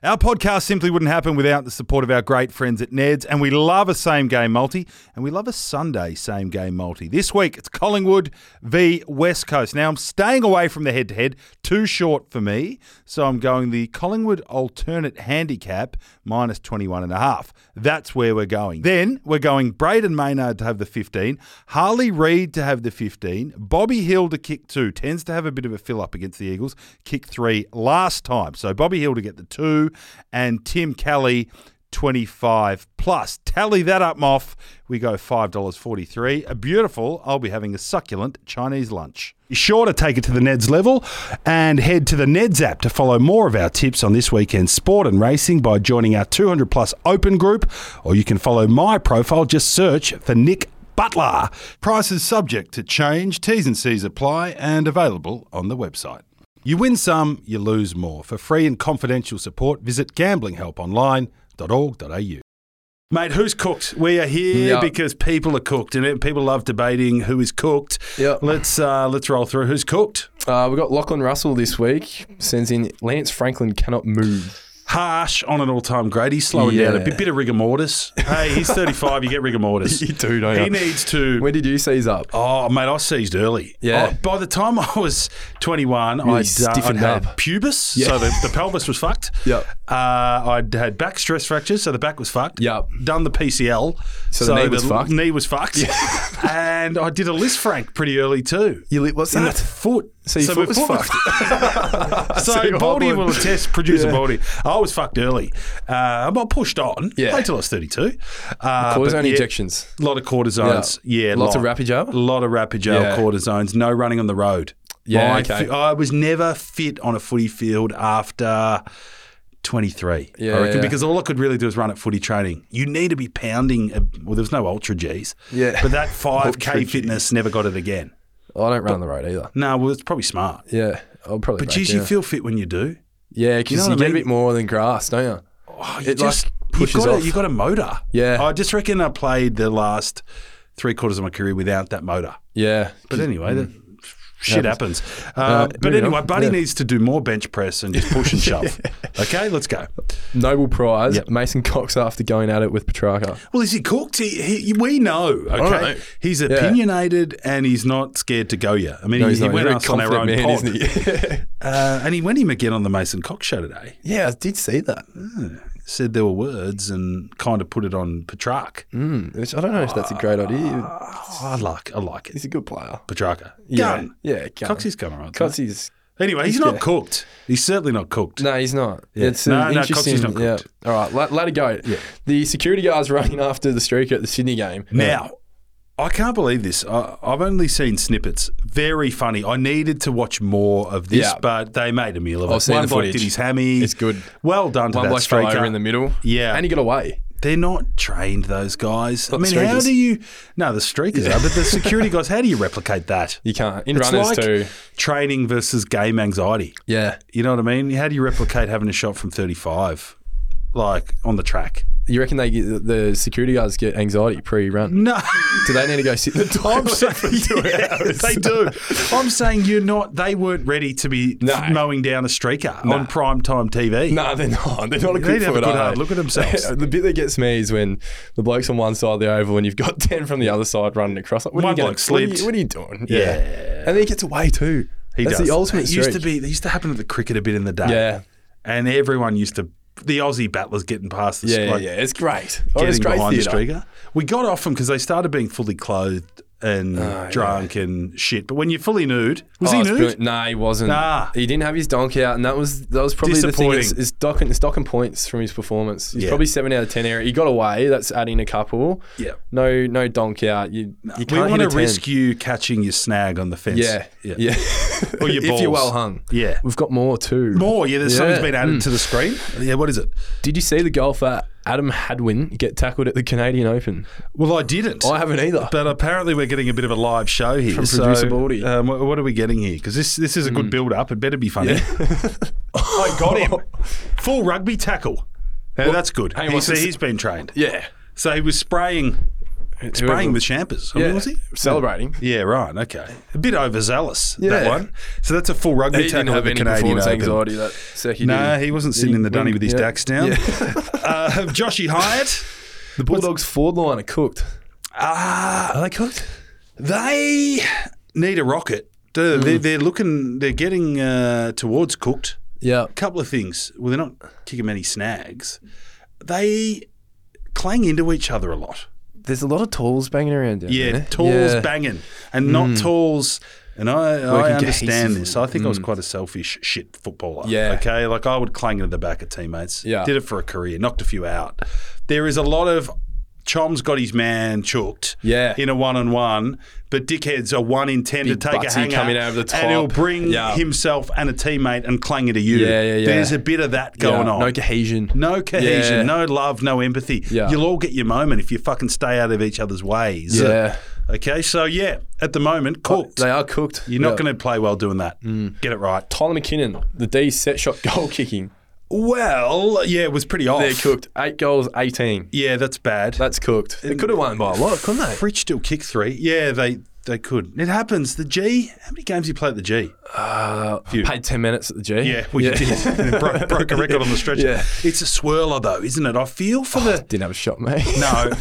S5: Our podcast simply wouldn't happen without the support of our great friends at Ned's, and we love a same game multi, and we love a Sunday same game multi. This week it's Collingwood v West Coast. Now I'm staying away from the head to head, too short for me, so I'm going the Collingwood alternate handicap minus 21 and a half. That's where we're going. Then we're going Braden Maynard to have the 15, Harley Reid to have the 15, Bobby Hill to kick two, tends to have a bit of a fill up against the Eagles, kick three last time. So Bobby Hill to get the two, and Tim Kelly 25 plus. Tally that up, Moff. We go $5.43. A beautiful, I'll be having a succulent Chinese lunch.
S2: Be sure to take it to the Neds level and head to the Neds app to follow more of our tips on this weekend's sport and racing by joining our 200 plus open group, or you can follow my profile. Just search for Nick Butler.
S1: Prices subject to change. T's and C's apply, and available on the website.
S2: You win some, you lose more. For free and confidential support, visit gamblinghelponline.org.au.
S1: Mate, who's cooked? We are here
S4: Yeah.
S1: because people are cooked, and people love debating who is cooked.
S4: Yeah.
S1: Let's uh, let's roll through. Who's cooked?
S4: Uh, we got Lachlan Russell this week. Sends in Lance Franklin cannot move.
S1: Harsh on an all-time great. He's slowing down a
S4: Yeah.
S1: bit, bit of rigor mortis. Hey,
S4: [LAUGHS]
S1: he's 35. you get rigor mortis.
S4: do, don't
S1: He needs to.
S4: When did you say he's up?
S1: Oh, mate, I seized early.
S4: Yeah.
S1: Oh, by the time I was 21, I'd, uh, I'd
S4: stiffened
S1: had
S4: up.
S1: pubis, so the, the pelvis was
S4: [LAUGHS]
S1: fucked.
S4: Yep.
S1: Uh, I'd had back stress fractures, so the back was fucked.
S4: Yep.
S1: Done the PCL,
S4: So the knee was fucked.
S1: knee was fucked. [LAUGHS] and I did a list frank pretty early too.
S4: You li- what's
S1: In
S4: that?
S1: the foot.
S4: So your foot
S1: my
S4: was [LAUGHS]
S1: [LAUGHS]
S4: See
S1: so
S4: what
S1: Baldy
S4: happened.
S1: will attest, producer Baldy. I was fucked early. Uh, but I pushed on.
S4: Yeah.
S1: Wait till I was 32. Uh,
S4: Cortisone
S1: but yeah,
S4: injections.
S1: A lot of cortisones. Yeah.
S4: Lots of
S1: lot.
S4: rapid jab?
S1: A lot of rapid gel
S4: Yeah.
S1: cortisones. No running on the road.
S4: Yeah,
S1: My
S4: okay.
S1: fi- I was never fit on a footy field after 23.
S4: Yeah,
S1: I reckon
S4: yeah.
S1: because all I could really do is run at footy training. You need to be pounding. A, well, there was no ultra G's.
S4: Yeah.
S1: But
S4: [LAUGHS]
S1: that 5K
S4: Ultra Gs.
S1: fitness never got it again.
S4: I don't run on the road either.
S1: No, well, it's probably smart.
S4: Yeah, I'll probably.
S1: But
S4: break
S1: geez, you
S4: down.
S1: feel fit when you do.
S4: yeah, because you,
S1: know what I
S4: get a
S1: mean?
S4: bit more than grass, don't you?
S1: Oh, you
S4: It, like,
S1: just
S4: pushes
S1: you've got
S4: off.
S1: A, you've got a motor.
S4: Yeah.
S1: I just reckon I played the last three quarters of my career without that motor.
S4: Yeah,
S1: But anyway, that shit happens. Uh, but
S4: mm. moving
S1: anyway,
S4: on.
S1: Buddy
S4: Yeah.
S1: needs to do more bench press and just
S4: [LAUGHS]
S1: push and shove. Okay, let's go.
S4: Nobel Prize.
S1: Yep.
S4: Mason Cox after going at it with Petrarca.
S1: Well, is he cooked? He, he, we know. Okay,
S4: know.
S1: he's opinionated and he's not scared to go yet. I mean, he,
S4: he's
S1: he
S4: not.
S1: went
S4: He's a
S1: us on our own
S4: confident
S1: pod,
S4: man, isn't he?
S1: [LAUGHS]
S4: [LAUGHS]
S1: uh, and he went him again on the Mason Cox show today.
S4: yeah, I did see that.
S1: Said there were words and kind of put it on Petrarch.
S4: Mm, which I don't know if that's a great idea.
S1: Oh, I like, I like it.
S4: He's a good player.
S1: Petrarca,
S4: Yeah,
S1: gun.
S4: yeah. Gun.
S1: Cox is going right.
S4: Cox is-
S1: Anyway, he's not cooked. He's certainly not cooked.
S4: No, he's not. It's
S1: No,
S4: an
S1: no, Cox is
S4: interesting.
S1: not
S4: yeah.
S1: cooked.
S4: All right, let, let it go. The security guards running after the streaker at the Sydney game.
S1: Now, I can't believe this. I, I've only seen snippets. Very funny. I needed to watch more of this,
S4: Yeah.
S1: but they made a meal of it.
S4: I've seen
S1: One
S4: the
S1: bloke
S4: footage.
S1: did his hammy.
S4: It's good.
S1: Well done to
S4: One
S1: that
S4: bloke fell over
S1: streaker.
S4: in the middle.
S1: Yeah.
S4: and he got away.
S1: They're not trained, those guys. I
S4: Not
S1: mean,
S4: the
S1: how
S4: streakers.
S1: do you? No, the streakers are, but the security guys. How do you replicate
S4: [LAUGHS]
S1: that?
S4: You can't in
S1: It's
S4: runners
S1: like
S4: too.
S1: training versus game anxiety.
S4: Yeah,
S1: You know what I mean? How do you replicate having a shot from thirty-five, like on the track?
S4: you reckon they get, the security guards get anxiety pre-run?
S1: No. [LAUGHS]
S4: Do they need to go sit in the
S1: I'm
S4: toilet? [LAUGHS]
S1: saying
S4: hours.
S1: Mm. [LAUGHS] they do. I'm saying you're not. They weren't ready to be
S4: No.
S1: mowing down a streaker on prime time TV.
S4: No, they're not. They're not
S1: They
S4: a good
S1: need to have
S4: foot,
S1: a good
S4: are
S1: hard
S4: they?
S1: look at themselves.
S4: [LAUGHS] the bit that gets me is when the bloke's on one side of the oval and you've got [LAUGHS] 10 from the other side running across. Like, what are
S1: One
S4: you gonna-
S1: bloke
S4: what are you-
S1: slipped.
S4: What are you doing?
S1: Yeah.
S4: And then he gets away too.
S1: He
S4: That's
S1: does.
S4: the ultimate
S1: It used to
S4: streak.
S1: be. It used to happen at the cricket a bit in the day.
S4: Yeah.
S1: and everyone used to. The Aussie battlers getting past the
S4: Yeah,
S1: like,
S4: yeah. It's great. Oh,
S1: getting
S4: it's great
S1: behind
S4: theatre.
S1: the streaker. We got off them because they started being fully clothed and drunk and shit. But when you're fully nude, was
S4: Oh,
S1: he
S4: it's
S1: nude?
S4: brilliant. No, he wasn't.
S1: Nah.
S4: He didn't have his donk out, and that was that was probably the thing. It's,
S1: Disappointing.
S4: it's, docking, it's docking points from his performance. He's
S1: Yeah.
S4: probably seven out of ten area. He got away. That's adding a couple.
S1: Yeah.
S4: No, no donk out. You, you
S1: We
S4: can't
S1: want
S4: hit
S1: to
S4: a 10.
S1: risk you catching your snag on the fence.
S4: Yeah,
S1: yeah.
S4: yeah. [LAUGHS]
S1: Or your
S4: if you're
S1: balls.
S4: well hung.
S1: Yeah.
S4: We've got more too.
S1: More, yeah. There's
S4: Yeah. Mm.
S1: something's been added to the screen. Yeah, what is it?
S4: Did you see the golfer Adam Hadwin get tackled at the Canadian Open?
S1: Well, I didn't.
S4: I haven't either.
S1: But apparently, we're getting a bit of a live show here.
S4: From producer Baldy. Hmm.
S1: Um, wh- what are we getting here? Because this this is a good build up. It better be funny. [LAUGHS]
S4: I got him.
S1: Full rugby tackle. Now, that's good.
S4: hang on,
S1: He,
S4: what's
S1: so
S4: this?
S1: he's been trained.
S4: yeah.
S1: So he was spraying spraying the champers. I mean,
S4: yeah.
S1: was he?
S4: Celebrating.
S1: Yeah, right. Okay. A bit overzealous that
S4: Yeah.
S1: one. So that's a full rugby
S4: He
S1: tackle
S4: didn't
S1: at
S4: have
S1: the
S4: any
S1: Canadian
S4: performance
S1: Open.
S4: anxiety that second.
S1: No, he wasn't sitting in the dunny with his
S4: Yeah.
S1: dacks down. [LAUGHS] uh, Joshy
S4: [LAUGHS]
S1: Hyatt.
S4: The Bulldogs forward line are cooked.
S1: Ah,
S4: Are they cooked?
S1: They need a rocket. They're, they're, they're looking, they're getting uh, towards cooked.
S4: Yeah.
S1: A couple of things. Well, they're not kicking many snags. They clang into each other a lot.
S4: There's a lot of tools banging around down
S1: Yeah,
S4: there.
S1: talls banging and not talls. And I, I
S4: Hmm. Working
S1: understand
S4: cohesively.
S1: this. I think I was quite a selfish shit footballer.
S4: Yeah.
S1: Okay. Like I would clang into the back of teammates.
S4: Yeah.
S1: Did it for a career, knocked a few out. There is a lot of Chom's got his man chooked
S4: Yeah.
S1: in a one on one, but dickheads are one in ten
S4: Big
S1: to take a
S4: butty
S1: hanger
S4: coming over the
S1: and he'll
S4: top.
S1: bring
S4: Yeah.
S1: himself and a teammate and clang into you.
S4: Yeah, yeah, yeah.
S1: There's a bit of that going
S4: Yeah,
S1: on.
S4: No cohesion.
S1: No cohesion,
S4: Yeah.
S1: no love, no empathy.
S4: Yeah.
S1: You'll all get your moment if you fucking stay out of each other's ways.
S4: Yeah.
S1: Okay, so yeah, at the moment, cooked.
S4: They are cooked.
S1: You're not
S4: Yeah. Mm.
S1: going to play well doing that. Get it right.
S4: Tyler McKinnon, the D set shot goal kicking.
S1: Well, yeah, it was pretty off.
S4: They're cooked. Eight goals, 18.
S1: Yeah, that's bad.
S4: That's cooked. They could have won by a lot, couldn't they?
S1: Fridge still kicked three. Yeah, they they could. It happens. The G. How many games you play at the G?
S4: I paid 10 minutes at the G.
S1: Yeah, well, you did. [LAUGHS] And it broke, broke a record on the stretcher.
S4: [LAUGHS] Yeah. Oh,
S1: It's a swirler, though, isn't it? I feel for the.
S4: [LAUGHS] Didn't have a shot, mate. [LAUGHS]
S1: No.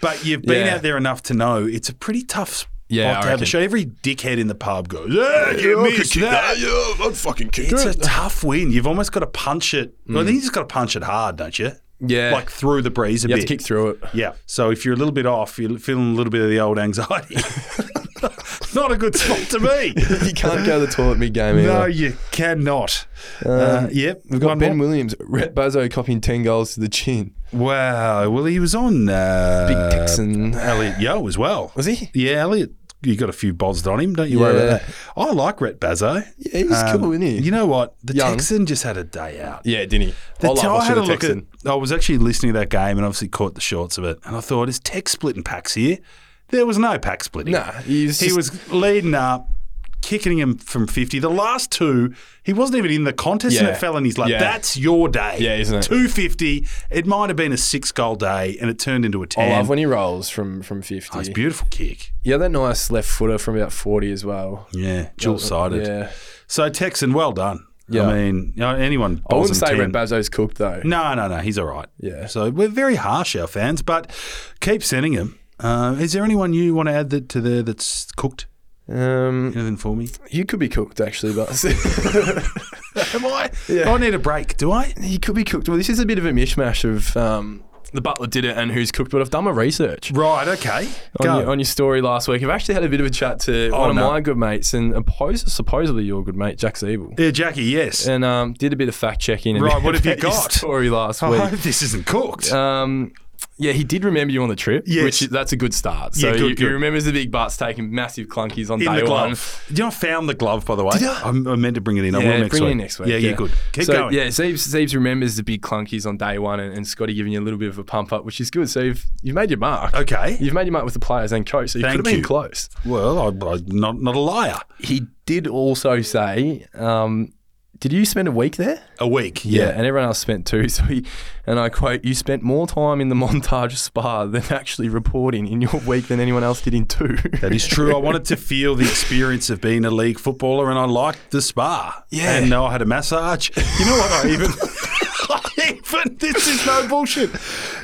S1: But you've been
S4: Yeah.
S1: out there enough to know it's a pretty tough
S4: Yeah,
S1: spot
S4: I
S1: to have a
S4: reckon.
S1: shot. Every dickhead in the pub goes, yeah, you missed that.
S2: Yeah, I'd fucking kick
S1: It's a tough win. You've almost got to punch it. Well, I think you just got to punch it hard, don't you?
S4: Hmm. Yeah.
S1: Like through the breeze a
S4: you
S1: bit.
S4: have to kick
S1: [LAUGHS]
S4: through it.
S1: Yeah. So if you're a little bit off, you're feeling a little bit of the old
S4: [LAUGHS]
S1: anxiety. Not a good spot to be.
S4: you can't go to the toilet mid game either.
S1: No, you cannot. Uh, yep.
S4: We've got
S1: one
S4: Ben
S1: more.
S4: Williams, Rhett Bozo copying 10 goals to the chin.
S1: Wow. Well, he was on uh,
S4: Big Texan.
S1: Elliot Yo as well.
S4: Was he?
S1: Yeah, Elliot. You got a few bods on him. Don't you worry about
S4: Yeah.
S1: that. I like Rhett Bazo.
S4: Yeah, he's cool, isn't he?
S1: You know what? The
S4: Young.
S1: Texan just had a day out.
S4: Yeah, didn't he?
S1: The
S4: I
S1: t-
S4: love
S1: I had a
S4: watching the
S1: look at.
S4: Texan.
S1: I was actually listening to that game and obviously caught the shorts of it. And I thought, is Tex splitting packs here? There was no pack splitting.
S4: Nah, he was
S1: he
S4: just-
S1: was leading up, kicking him from fifty. The last two, he wasn't even in the contest, and
S4: Yeah.
S1: it fell in his lap.
S4: Yeah.
S1: That's your day.
S4: Yeah, isn't it?
S1: Two fifty. It might have been a six goal day, and it turned into a ten.
S4: I love when he rolls from, from 50.
S1: Oh, it's a beautiful kick.
S4: yeah, that nice left footer from about 40 as well.
S1: Yeah, dual sided.
S4: Yeah.
S1: So Texan, well done.
S4: Yeah.
S1: I mean, you know, anyone.
S4: I wouldn't
S1: bowls
S4: say
S1: him
S4: Rhett
S1: 10.
S4: Bazo's cooked, though.
S1: No, no, no. He's all right.
S4: Yeah.
S1: So we're very harsh, our fans, but keep sending them. Uh, is there anyone you want to add that to there that's cooked?
S4: Um,
S1: Anything for
S4: [LAUGHS]
S1: me?
S4: you could be cooked, actually, but [LAUGHS]
S1: Am I? I need a break. Do I?
S4: he could be cooked. Well, this is a bit of a mishmash of um, the butler did it and who's cooked, but I've done my research.
S1: Right. Okay.
S4: on
S1: Go. Oh,
S4: your, on your story last week. I've actually had a bit of a chat to one of
S1: no.
S4: my good mates, and oppos- supposedly your good mate, Jack Siebel.
S1: yeah, Jackie. Yes.
S4: And um, did a bit of fact checking.
S1: Right, what
S4: [LAUGHS]
S1: have you
S4: about your
S1: got? Oh,
S4: Story last
S1: I hope
S4: week.
S1: this isn't cooked.
S4: Um, yeah, he did remember you on the trip,
S1: Yes.
S4: which is, that's a good start. So
S1: Yeah, good,
S4: he, he
S1: good.
S4: remembers the big butts taking massive clunkies on
S1: in
S4: day
S1: the
S4: one.
S1: glove. You know, I found the glove, by the way. Did I? I'm- I meant to bring it in. I
S4: Yeah,
S1: will next
S4: bring it
S1: week.
S4: in next week.
S1: Yeah, yeah, good. Keep
S4: so,
S1: going.
S4: Yeah, Zeebs, Zeebs remembers the big clunkies on day one, and, and Scotty giving you a little bit of a pump up, which is good. So you've, you've made your mark.
S1: Okay.
S4: You've made your mark with the players and coach, so you
S1: Thank
S4: could have been
S1: you.
S4: close.
S1: Well, I, I'm not not a liar.
S4: He did also say, um, did you spend a week there?
S1: A week.
S4: And everyone else spent two. [LAUGHS] So he, and I quote, you spent more time in the [LAUGHS] montage spa than actually reporting in your week than anyone else did in two. [LAUGHS]
S1: That is true. I wanted to feel the experience of being a league footballer, and I liked the spa.
S4: Yeah.
S1: and I had a
S4: [LAUGHS]
S1: massage. [LAUGHS] You know what? I even, I even this is no bullshit.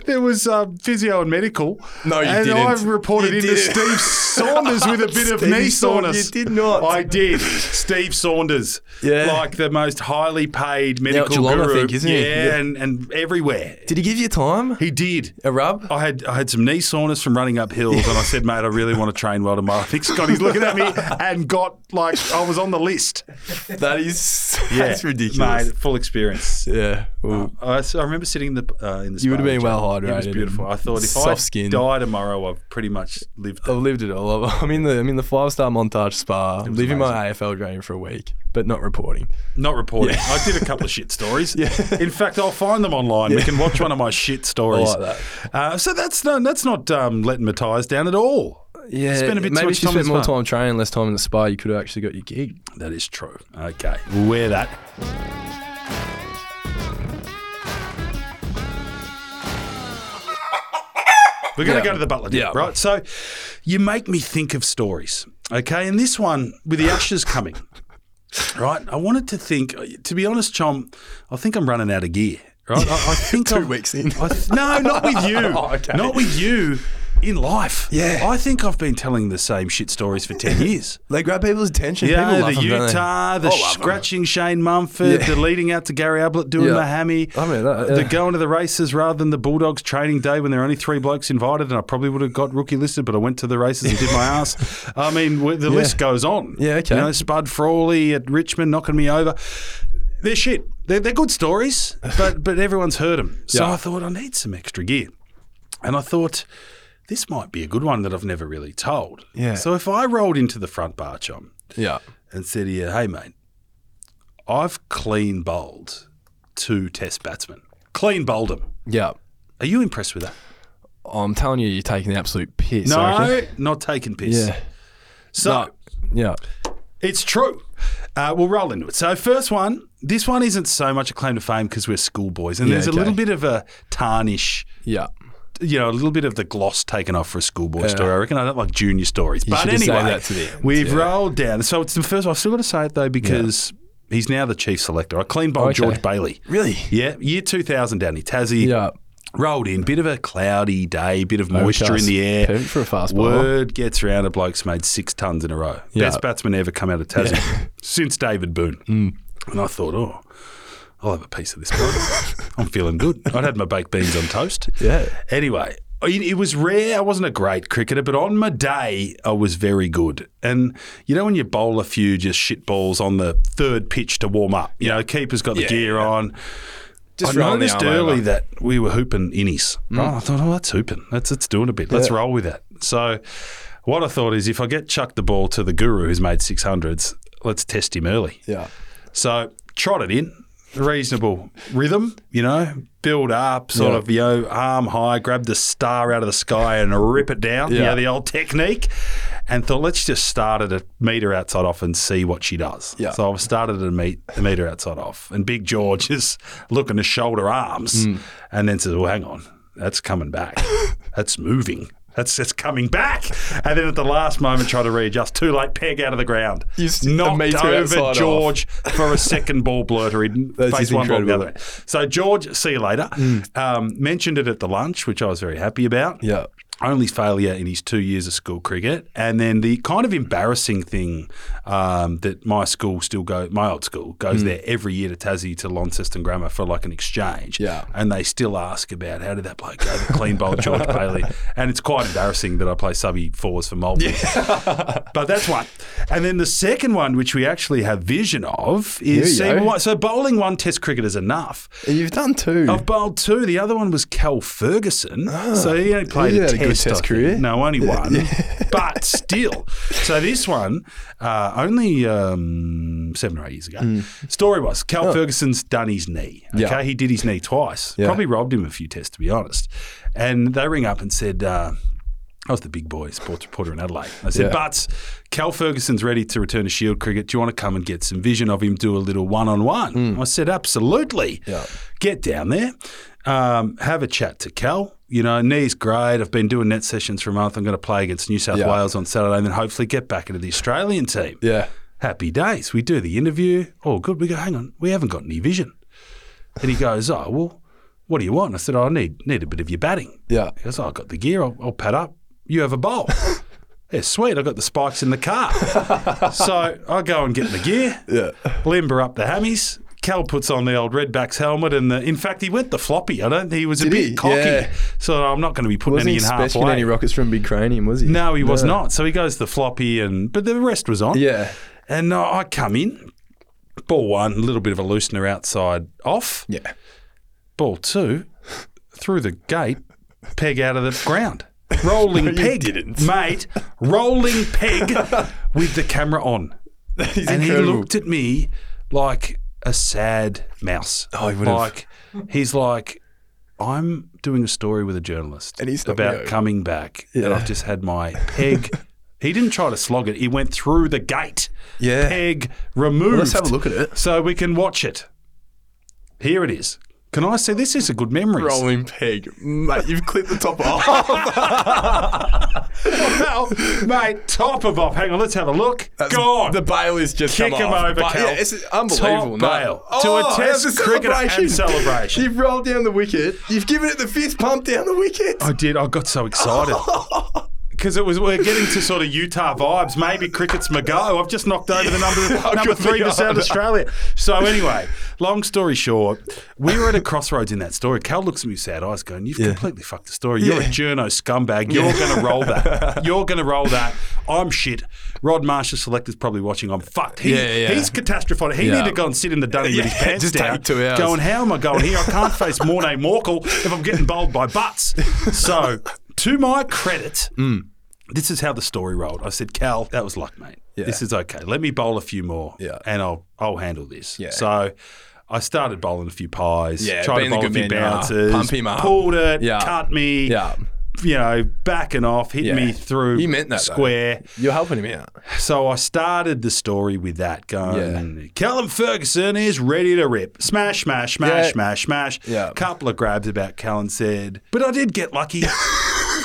S1: There was um, physio and medical.
S4: No, you
S1: and
S4: didn't.
S1: I reported
S4: You
S1: into
S4: didn't.
S1: Steve Saunders
S4: [LAUGHS]
S1: with a bit of
S4: Steve
S1: knee
S4: Saunders,
S1: soreness.
S4: you did not.
S1: I did. Steve Saunders.
S4: Yeah.
S1: like the most highly paid medical
S4: Geelong, I
S1: guru.
S4: think, isn't
S1: yeah,
S4: he? Yeah.
S1: and and everywhere
S4: did he give you time?
S1: he did.
S4: A rub?
S1: I had I had some knee soreness from running up hills, and I said, "Mate, I really want to train well tomorrow." [LAUGHS] I think Scotty's looking at me and got like I was on the list.
S4: [LAUGHS] That is, that's ridiculous. Um,
S1: mate. Full experience.
S4: Yeah. Well,
S1: I, so I remember sitting in the uh, in the.
S4: You
S1: spa
S4: would've been
S1: with
S4: well
S1: Jack. It was
S4: hydrated
S1: beautiful.
S4: and
S1: I thought if I
S4: soft-skinned.
S1: die tomorrow, I've pretty much lived.
S4: I've lived it all. [LAUGHS] I've- I'm in the, I'm in the five star montage spa, living my AFL dream for a week, but not reporting.
S1: Not reporting. I did a couple of shit stories. In fact, I'll find them online. We can watch one of my shit stories.
S4: [LAUGHS] I like
S1: Uh, so that's no, that's not um, letting Matthias down at all.
S4: Yeah.
S1: Spend a bit too
S4: maybe
S1: much
S4: if you
S1: time in
S4: spent more
S1: the spa.
S4: time training, less time in the spa, you could have actually got your gig.
S1: That is true. Okay, we'll wear that. We're going to go to the butler, deal,
S4: Yeah.
S1: right? So, you make me think of stories, okay? And this one with the ashes coming, right? I wanted to think. To be honest, Chom, I think I'm running out of gear, right? I, I [LAUGHS] think
S4: 2
S1: I've-
S4: weeks in.
S1: I th- no, not with [LAUGHS] you.
S4: Oh, okay.
S1: Not with you. In life,
S4: Yeah.
S1: I think I've been telling the same shit stories for ten years.
S4: They grab people's attention.
S1: Yeah,
S4: People
S1: the
S4: love them, don't they?
S1: Utah, the
S4: I love 'em.
S1: scratching Shane Mumford, the leading out to Gary Ablett doing
S4: Yeah.
S1: the hammy,
S4: I mean, that-
S1: the
S4: yeah.
S1: going to the races rather than the Bulldogs training day when there are only three blokes invited, and I probably would have got rookie listed, but I went to the races and did
S4: [LAUGHS]
S1: my ass. I mean, w- the list goes on.
S4: Yeah, okay.
S1: You know, Spud Frawley at Richmond knocking me over. They're shit. They're, they're good stories, but but everyone's heard
S4: [LAUGHS]
S1: them. So
S4: Yeah.
S1: I thought I need some extra gear, and I thought this might be a good one that I've never really told.
S4: Yeah.
S1: So if I rolled into the front bar, Chom,
S4: Yeah.
S1: and said to you, hey, mate, I've clean bowled two test batsmen. Clean bowled them.
S4: Yeah.
S1: Are you impressed with that?
S4: I'm telling you, you're taking the absolute piss. I reckon.
S1: No, not taking piss.
S4: Yeah.
S1: So
S4: Yeah.
S1: it's true. Uh, we'll roll into it. So first one, this one isn't so much a claim to fame because we're schoolboys, and
S4: Yeah,
S1: there's a
S4: okay.
S1: little bit of a tarnish
S4: Yeah.
S1: you know, a little bit of the gloss taken off for a schoolboy story. I reckon I don't like junior stories. but
S4: should have
S1: anyway,
S4: saved that to the end,
S1: we've
S4: yeah.
S1: rolled down. So it's the first. I've still got to say it though because he's now the chief selector. I clean bowled
S4: Okay.
S1: George Bailey.
S4: Really?
S1: Yeah, year two thousand, Danny Tassie.
S4: Yeah.
S1: Rolled in, bit of a cloudy day, bit of moisture in
S4: Overcast.
S1: the air.
S4: Perfect for a fast bowler.
S1: Word gets around a bloke's made six tons in a row.
S4: Yeah.
S1: Best batsman ever come out of Tassie [LAUGHS] since David Boone.
S4: Hmm.
S1: And I thought, oh, I'll have a piece of this
S4: [LAUGHS]
S1: bloke. I'm feeling good. I'd had my baked beans on toast.
S4: Yeah.
S1: Anyway, it, it was rare. I wasn't a great cricketer, but on my day, I was very good. And you know, when you bowl a few just shit balls on the third pitch to warm up, you know, keeper's got the gear on.
S4: Just
S1: I
S4: rolling the
S1: noticed
S4: arm
S1: early
S4: over. Mm.
S1: that we were hooping innies. Oh, I thought, oh, that's hooping. That's it's doing a bit. Let's roll with that. So, what I thought is, if I get chucked the ball to the guru who's made six hundreds, let's test him early.
S4: Yeah.
S1: So trot it in, reasonable rhythm, you know, build up, sort of, you know, arm high, grab the star out of the sky and rip it down, you
S4: Yeah.
S1: know, the old technique. And thought, let's just start at a meter outside off and see what she does.
S4: Yeah.
S1: So I've started at a, meet, a meter outside off, and Big George is looking to shoulder arms,
S4: Hmm.
S1: and then says, "Well, hang on, that's coming back.
S4: [LAUGHS]
S1: that's moving. That's that's coming back." And then at the last moment, try to readjust. Too late. Peg out of the ground.
S4: You s- a
S1: knocked
S4: meter outside
S1: over
S4: off.
S1: George. George for a second ball blurter. He'd
S4: That's
S1: face
S4: just
S1: one ball the
S4: incredible.
S1: other. So George, see you later. Um, mentioned it at the lunch, which I was very happy about.
S4: Yeah.
S1: Only failure in his two years of school cricket, and then the kind of embarrassing thing um, that my school still go, my old school
S4: Hmm.
S1: goes there every year to Tassie to Launceston Grammar for like an exchange.
S4: Yeah.
S1: and they still ask about how did that bloke go, the clean
S4: [LAUGHS]
S1: bowl George Bailey, and it's quite embarrassing that I play subby fours for Melbourne. [LAUGHS] But that's one. And then the second one, which we actually have vision of, is
S4: Here you
S1: seeing
S4: go.
S1: what- so bowling one test cricket is enough.
S4: You've done two.
S1: I've bowled two. The other one was Cal Ferguson. so he only played
S4: Ah, He
S1: a
S4: had a
S1: test,
S4: good
S1: I
S4: test
S1: think.
S4: career.
S1: No, only one.
S4: [LAUGHS]
S1: But still. So this one, uh, only um, seven or eight years ago. Story was Cal Ferguson's done his knee. Okay.
S4: Mm. Oh. Yeah.
S1: He did his knee twice.
S4: Yeah.
S1: Probably robbed him a few tests, to be honest. And they ring up and said, uh, I was the big boy sports reporter in Adelaide. I said,
S4: Yeah.
S1: but Cal Ferguson's ready to return to Shield E cricket. Do you want to come and get some vision of him, do a little one on one? I said, absolutely.
S4: Hmm. Yeah.
S1: Get down there, um, have a chat to Cal. You know, knee's great. I've been doing net sessions for a month. I'm going to play against New South
S4: Yeah.
S1: Wales on Saturday and then hopefully get back into the Australian team.
S4: yeah.
S1: Happy days. We do the interview. Oh, good. We go, hang on, we haven't got any vision. And he goes, oh, well, what do you want? I said, oh, I need, need a bit of your batting.
S4: Yeah.
S1: He goes, oh, I've got the gear. I'll, I'll pad up. You have a
S4: [LAUGHS]
S1: bowl. yeah, sweet. I've got the spikes in the car. so I go and get the gear,
S4: Yeah.
S1: limber up the hammies. Cal puts on the old Redback's helmet, and the, in fact, he went the floppy. I don't. He was a
S4: Did
S1: bit
S4: he?
S1: cocky,
S4: Yeah.
S1: so I'm not going to be putting
S4: Wasn't
S1: any in
S4: he special
S1: halfway.
S4: any rockets from Big Cranium, was he?
S1: no, he was not. So he goes the floppy, and but the rest was on.
S4: Yeah.
S1: And uh, I come in, ball one, a little bit of a loosener outside off.
S4: Yeah.
S1: Ball two, through the gate, peg out of the ground. Rolling peg, mate. Rolling peg with the camera on,
S4: [LAUGHS] He's
S1: and
S4: incredible.
S1: he looked at me like a sad mouse.
S4: Oh, he would have.
S1: like he's like, I'm doing a story with a journalist
S4: And he's not
S1: about
S4: Leo.
S1: coming back, and
S4: Yeah.
S1: I've just had my
S4: [LAUGHS]
S1: peg. he didn't try to slog it; he went through the gate
S4: Yeah.
S1: peg removed.
S4: Let's have a look at it.
S1: So we can watch it. Here it is. Can I say this is a good memory?
S4: Rolling peg. Mate, you've clipped the top
S1: Oh,
S4: [LAUGHS] off.
S1: [LAUGHS] Mate, top of off. Hang on, let's have a look. Gone.
S4: The bail is just
S1: Kick
S4: come
S1: him
S4: off.
S1: over,
S4: But,
S1: Cal.
S4: Yeah, it's unbelievable.
S1: Top
S4: no. Oh,
S1: bail to a test
S4: it's
S1: cricketer and celebration.
S4: You've rolled down the wicket. You've given it the fifth pump down the wicket.
S1: I did. I got so
S4: [LAUGHS]
S1: excited. Because it was, we're getting to sort of Utah vibes. Maybe cricket's my go. I've just knocked over the
S4: [LAUGHS]
S1: number number three for South Australia. So anyway, long story short, we were at a crossroads in that story. Cal looks at me with sad eyes, going, "You've completely fucked the story. You're a journo scumbag. You're going to roll
S4: [LAUGHS]
S1: that. You're going to roll that. I'm shit. Rod Marsh, the selector's probably watching. I'm fucked. He,
S4: Yeah, yeah.
S1: He's catastrophic. He
S4: Yeah.
S1: need to go and sit in the dunny with his
S4: Yeah,
S1: pants
S4: just
S1: down.
S4: take two hours.
S1: Going, how am I going here? I can't face Mornay Morkel if I'm getting bowled by butts. So, to my credit,
S4: Mm.
S1: this is how the story rolled. I said, Cal, that was luck, mate. This is okay. Let me bowl a few more,
S4: Yeah.
S1: and I'll I'll handle this.
S4: Yeah.
S1: So. I started bowling a few pies,
S4: Yeah,
S1: tried to
S4: being the
S1: bowl a
S4: good
S1: few
S4: man you are.
S1: bounces,
S4: Pump him up.
S1: pulled it,
S4: Yeah.
S1: cut me,
S4: Yeah.
S1: you know, backing off, hit
S4: Yeah.
S1: me through
S4: You meant that, though.
S1: square.
S4: You're helping him out.
S1: So I started the story with that going, Callum Ferguson is ready to rip. Smash, smash, smash,
S4: Yeah.
S1: smash, smash.
S4: Yeah.
S1: Couple of grabs about Callum said, but I did get lucky. [LAUGHS]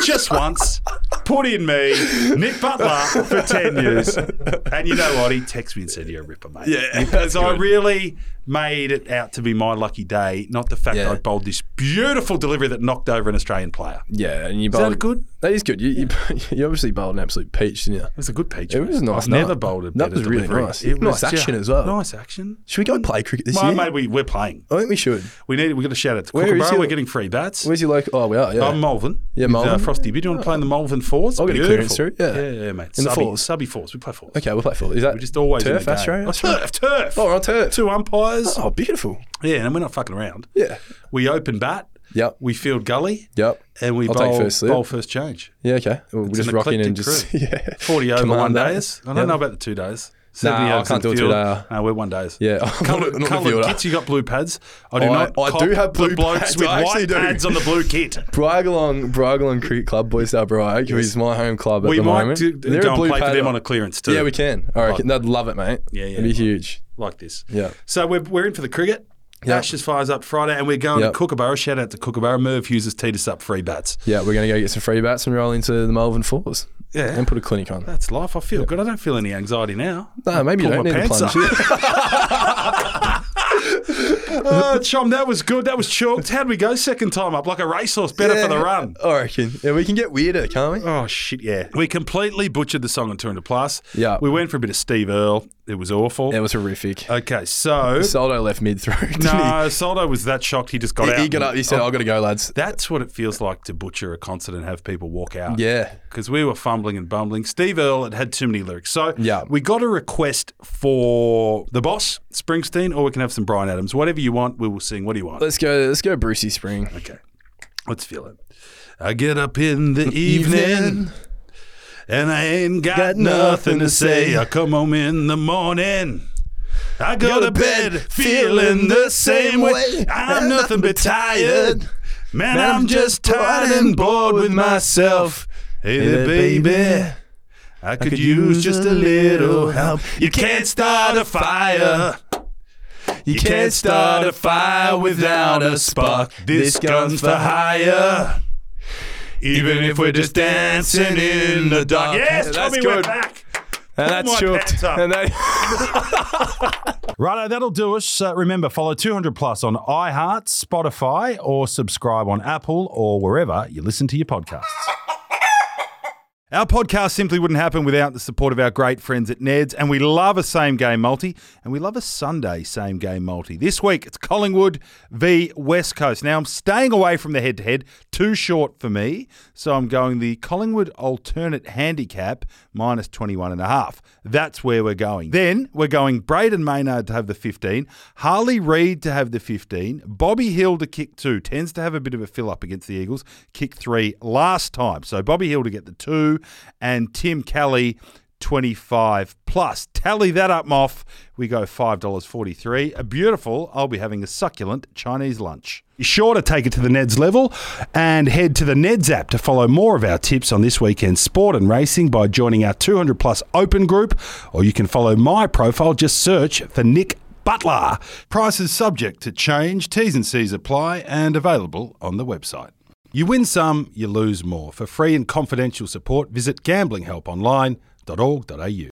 S1: Just once. Put in me, Nick Butler, for 10 years. And you know what? He texted me and said, You're a ripper, mate.
S4: Yeah,
S1: [LAUGHS] Because
S4: that's
S1: I
S4: good.
S1: really made it out to be my lucky day, not the fact
S4: Yeah.
S1: that I bowled this beautiful delivery that knocked over an Australian player.
S4: Yeah, and you
S1: Is
S4: bowled.
S1: that good?
S4: That is good. You, you, [LAUGHS] you obviously bowled an absolute peach, didn't you?
S1: It was a good peach.
S4: It was a
S1: mate.
S4: nice
S1: I've never
S4: night.
S1: bowled a
S4: That
S1: better
S4: was really
S1: delivery.
S4: nice.
S1: It
S4: Nice
S1: was
S4: action
S1: just-
S4: as well.
S1: Nice action.
S4: Should we go play cricket this
S1: Well,
S4: year?
S1: mate, we, we're playing.
S4: I think we should.
S1: We need. We got to shout out to
S4: Where is
S1: Kookaburra.
S4: your-
S1: We're getting free bats.
S4: Where's your local? Oh, we are. Yeah.
S1: I'm Malvern.
S4: Yeah,
S1: with, uh,
S4: Malvern.
S1: Frosty B. Do you want to play in the Malvern fours?
S4: I'll get a
S1: Beautiful.
S4: clearance through it, yeah.
S1: yeah, yeah, mate.
S4: In the
S1: subby,
S4: fours.
S1: subby fours. We play fours.
S4: okay, we'll play full. Is that
S1: We're just always in
S4: turf?
S1: the
S4: that's
S1: game.
S4: right.
S1: Oh,
S4: That's right.
S1: turf, turf.
S4: Oh, we're on turf.
S1: Two umpires.
S4: Oh, beautiful.
S1: Yeah, and we're not fucking around.
S4: Yeah.
S1: We open bat.
S4: Yep.
S1: We field gully.
S4: Yep.
S1: And we
S4: I'll take
S1: bowl,
S4: first slip.
S1: bowl first change.
S4: Yeah. Okay. We'll just
S1: an
S4: rock in and
S1: eclectic
S4: just [LAUGHS] yeah.
S1: Forty over
S4: Command
S1: one
S4: that.
S1: days. I don't
S4: Yep.
S1: know about the two days.
S4: Nah, I
S1: overs
S4: can't
S1: in
S4: do a
S1: field.
S4: two-dayer.
S1: No, we're one days.
S4: Yeah. [LAUGHS]
S1: Coloured-
S4: Not the
S1: coloured
S4: fielder.
S1: kits. You got blue pads. I do
S4: I-
S1: not.
S4: I
S1: cop
S4: do have
S1: the
S4: blue
S1: blokes
S4: pads.
S1: with
S4: I actually
S1: white
S4: do.
S1: pads on the blue
S4: [LAUGHS]
S1: kit.
S4: Briagalong, Briagalong Cricket Club, Boys Star Briag, who is my home club at
S1: We
S4: the
S1: might
S4: moment.
S1: do,
S4: They're
S1: go and play for
S4: pad-
S1: them on a clearance too.
S4: Yeah, we can. All right, they'd love it, mate.
S1: Yeah, yeah,
S4: It'd be
S1: right.
S4: huge.
S1: like this.
S4: Yeah.
S1: So we're, we're in for the cricket.
S4: Yep.
S1: Ashes fires up Friday, and we're going
S4: Yep.
S1: to Kookaburra. Shout out to Kookaburra. Merv Hughes has teed us up free bats.
S4: Yeah, we're going to go get some free bats and roll into the Melbourne Fours.
S1: Yeah.
S4: And put a clinic on.
S1: That's life. I feel good. I don't feel any anxiety now.
S4: No, maybe you
S1: Pull
S4: don't
S1: my
S4: need to
S1: pants
S4: plunge.
S1: [LAUGHS] Oh, Chom, that was good. That was chalked. How'd we go second time up? Like a racehorse, better for the run.
S4: I reckon. Yeah, we can get weirder, can't we?
S1: Oh, shit, yeah. We completely butchered the song on 200 Plus.
S4: Yeah.
S1: We went for a bit of Steve Earle. It was awful.
S4: It was horrific.
S1: Okay, so.
S4: Soldo left mid throw. [LAUGHS] didn't
S1: No, Soldo was that shocked he just got
S4: he?
S1: out.
S4: He, he got
S1: and-
S4: up. He said, "I've got to go, lads."
S1: That's what it feels like to butcher a concert and have people walk out.
S4: Yeah,
S1: because we were fumbling and bumbling. Steve Earle had had too many lyrics. So
S4: Yeah.
S1: we got a request for the boss, Springsteen, or we can have some Brian Adams. Whatever you want, we will sing. What do you want?
S4: let's go. Let's go, Brucey Spring.
S1: Okay. Let's feel it. I get up in the [LAUGHS] evening and I ain't got,
S4: Got
S1: nothing to say.
S4: say.
S1: I come home in the morning. I go to bed feeling the same way. I'm nothing but tired. Man, I'm just tired and bored with myself. Hey there, baby. I could use just a little help. You can't start a fire. You can't start a fire without a spark. This gun's for hire. Even if we're just dancing in the dark. Yes,
S4: That's
S1: Tommy, we're
S4: good.
S1: back.
S4: And that's
S1: my
S4: choked.
S1: pants up.
S4: And that,
S5: Righto, that'll do us. Uh, remember, follow 200 Plus on iHeart, Spotify, or subscribe on Apple or wherever you listen to your podcasts. Our podcast simply wouldn't happen without the support of our great friends at Ned's, and we love a same game multi, and we love a Sunday same game multi. This week it's Collingwood v West Coast. Now I'm staying away from the head to head, too short for me, so I'm going the Collingwood alternate handicap minus 21 and a half. That's where we're going. Then we're going Braden Maynard to have the 15, Harley Reid to have the 15, Bobby Hill to kick two, tends to have a bit of a fill up against the Eagles, kick three last time. So Bobby Hill to get the two and Tim Kelly 25 plus. Tally that up, Moff. We go $5.43. A beautiful, I'll be having a succulent Chinese lunch.
S2: Be sure to take it to the Neds level and head to the Neds app to follow more of our tips on this weekend's sport and racing by joining our 200 plus open group, or you can follow my profile. Just search for Nick Butler.
S1: Prices subject to change, T's and C's apply, and available on the website.
S2: You win some, you lose more. For free and confidential support, visit gamblinghelponline.org.au.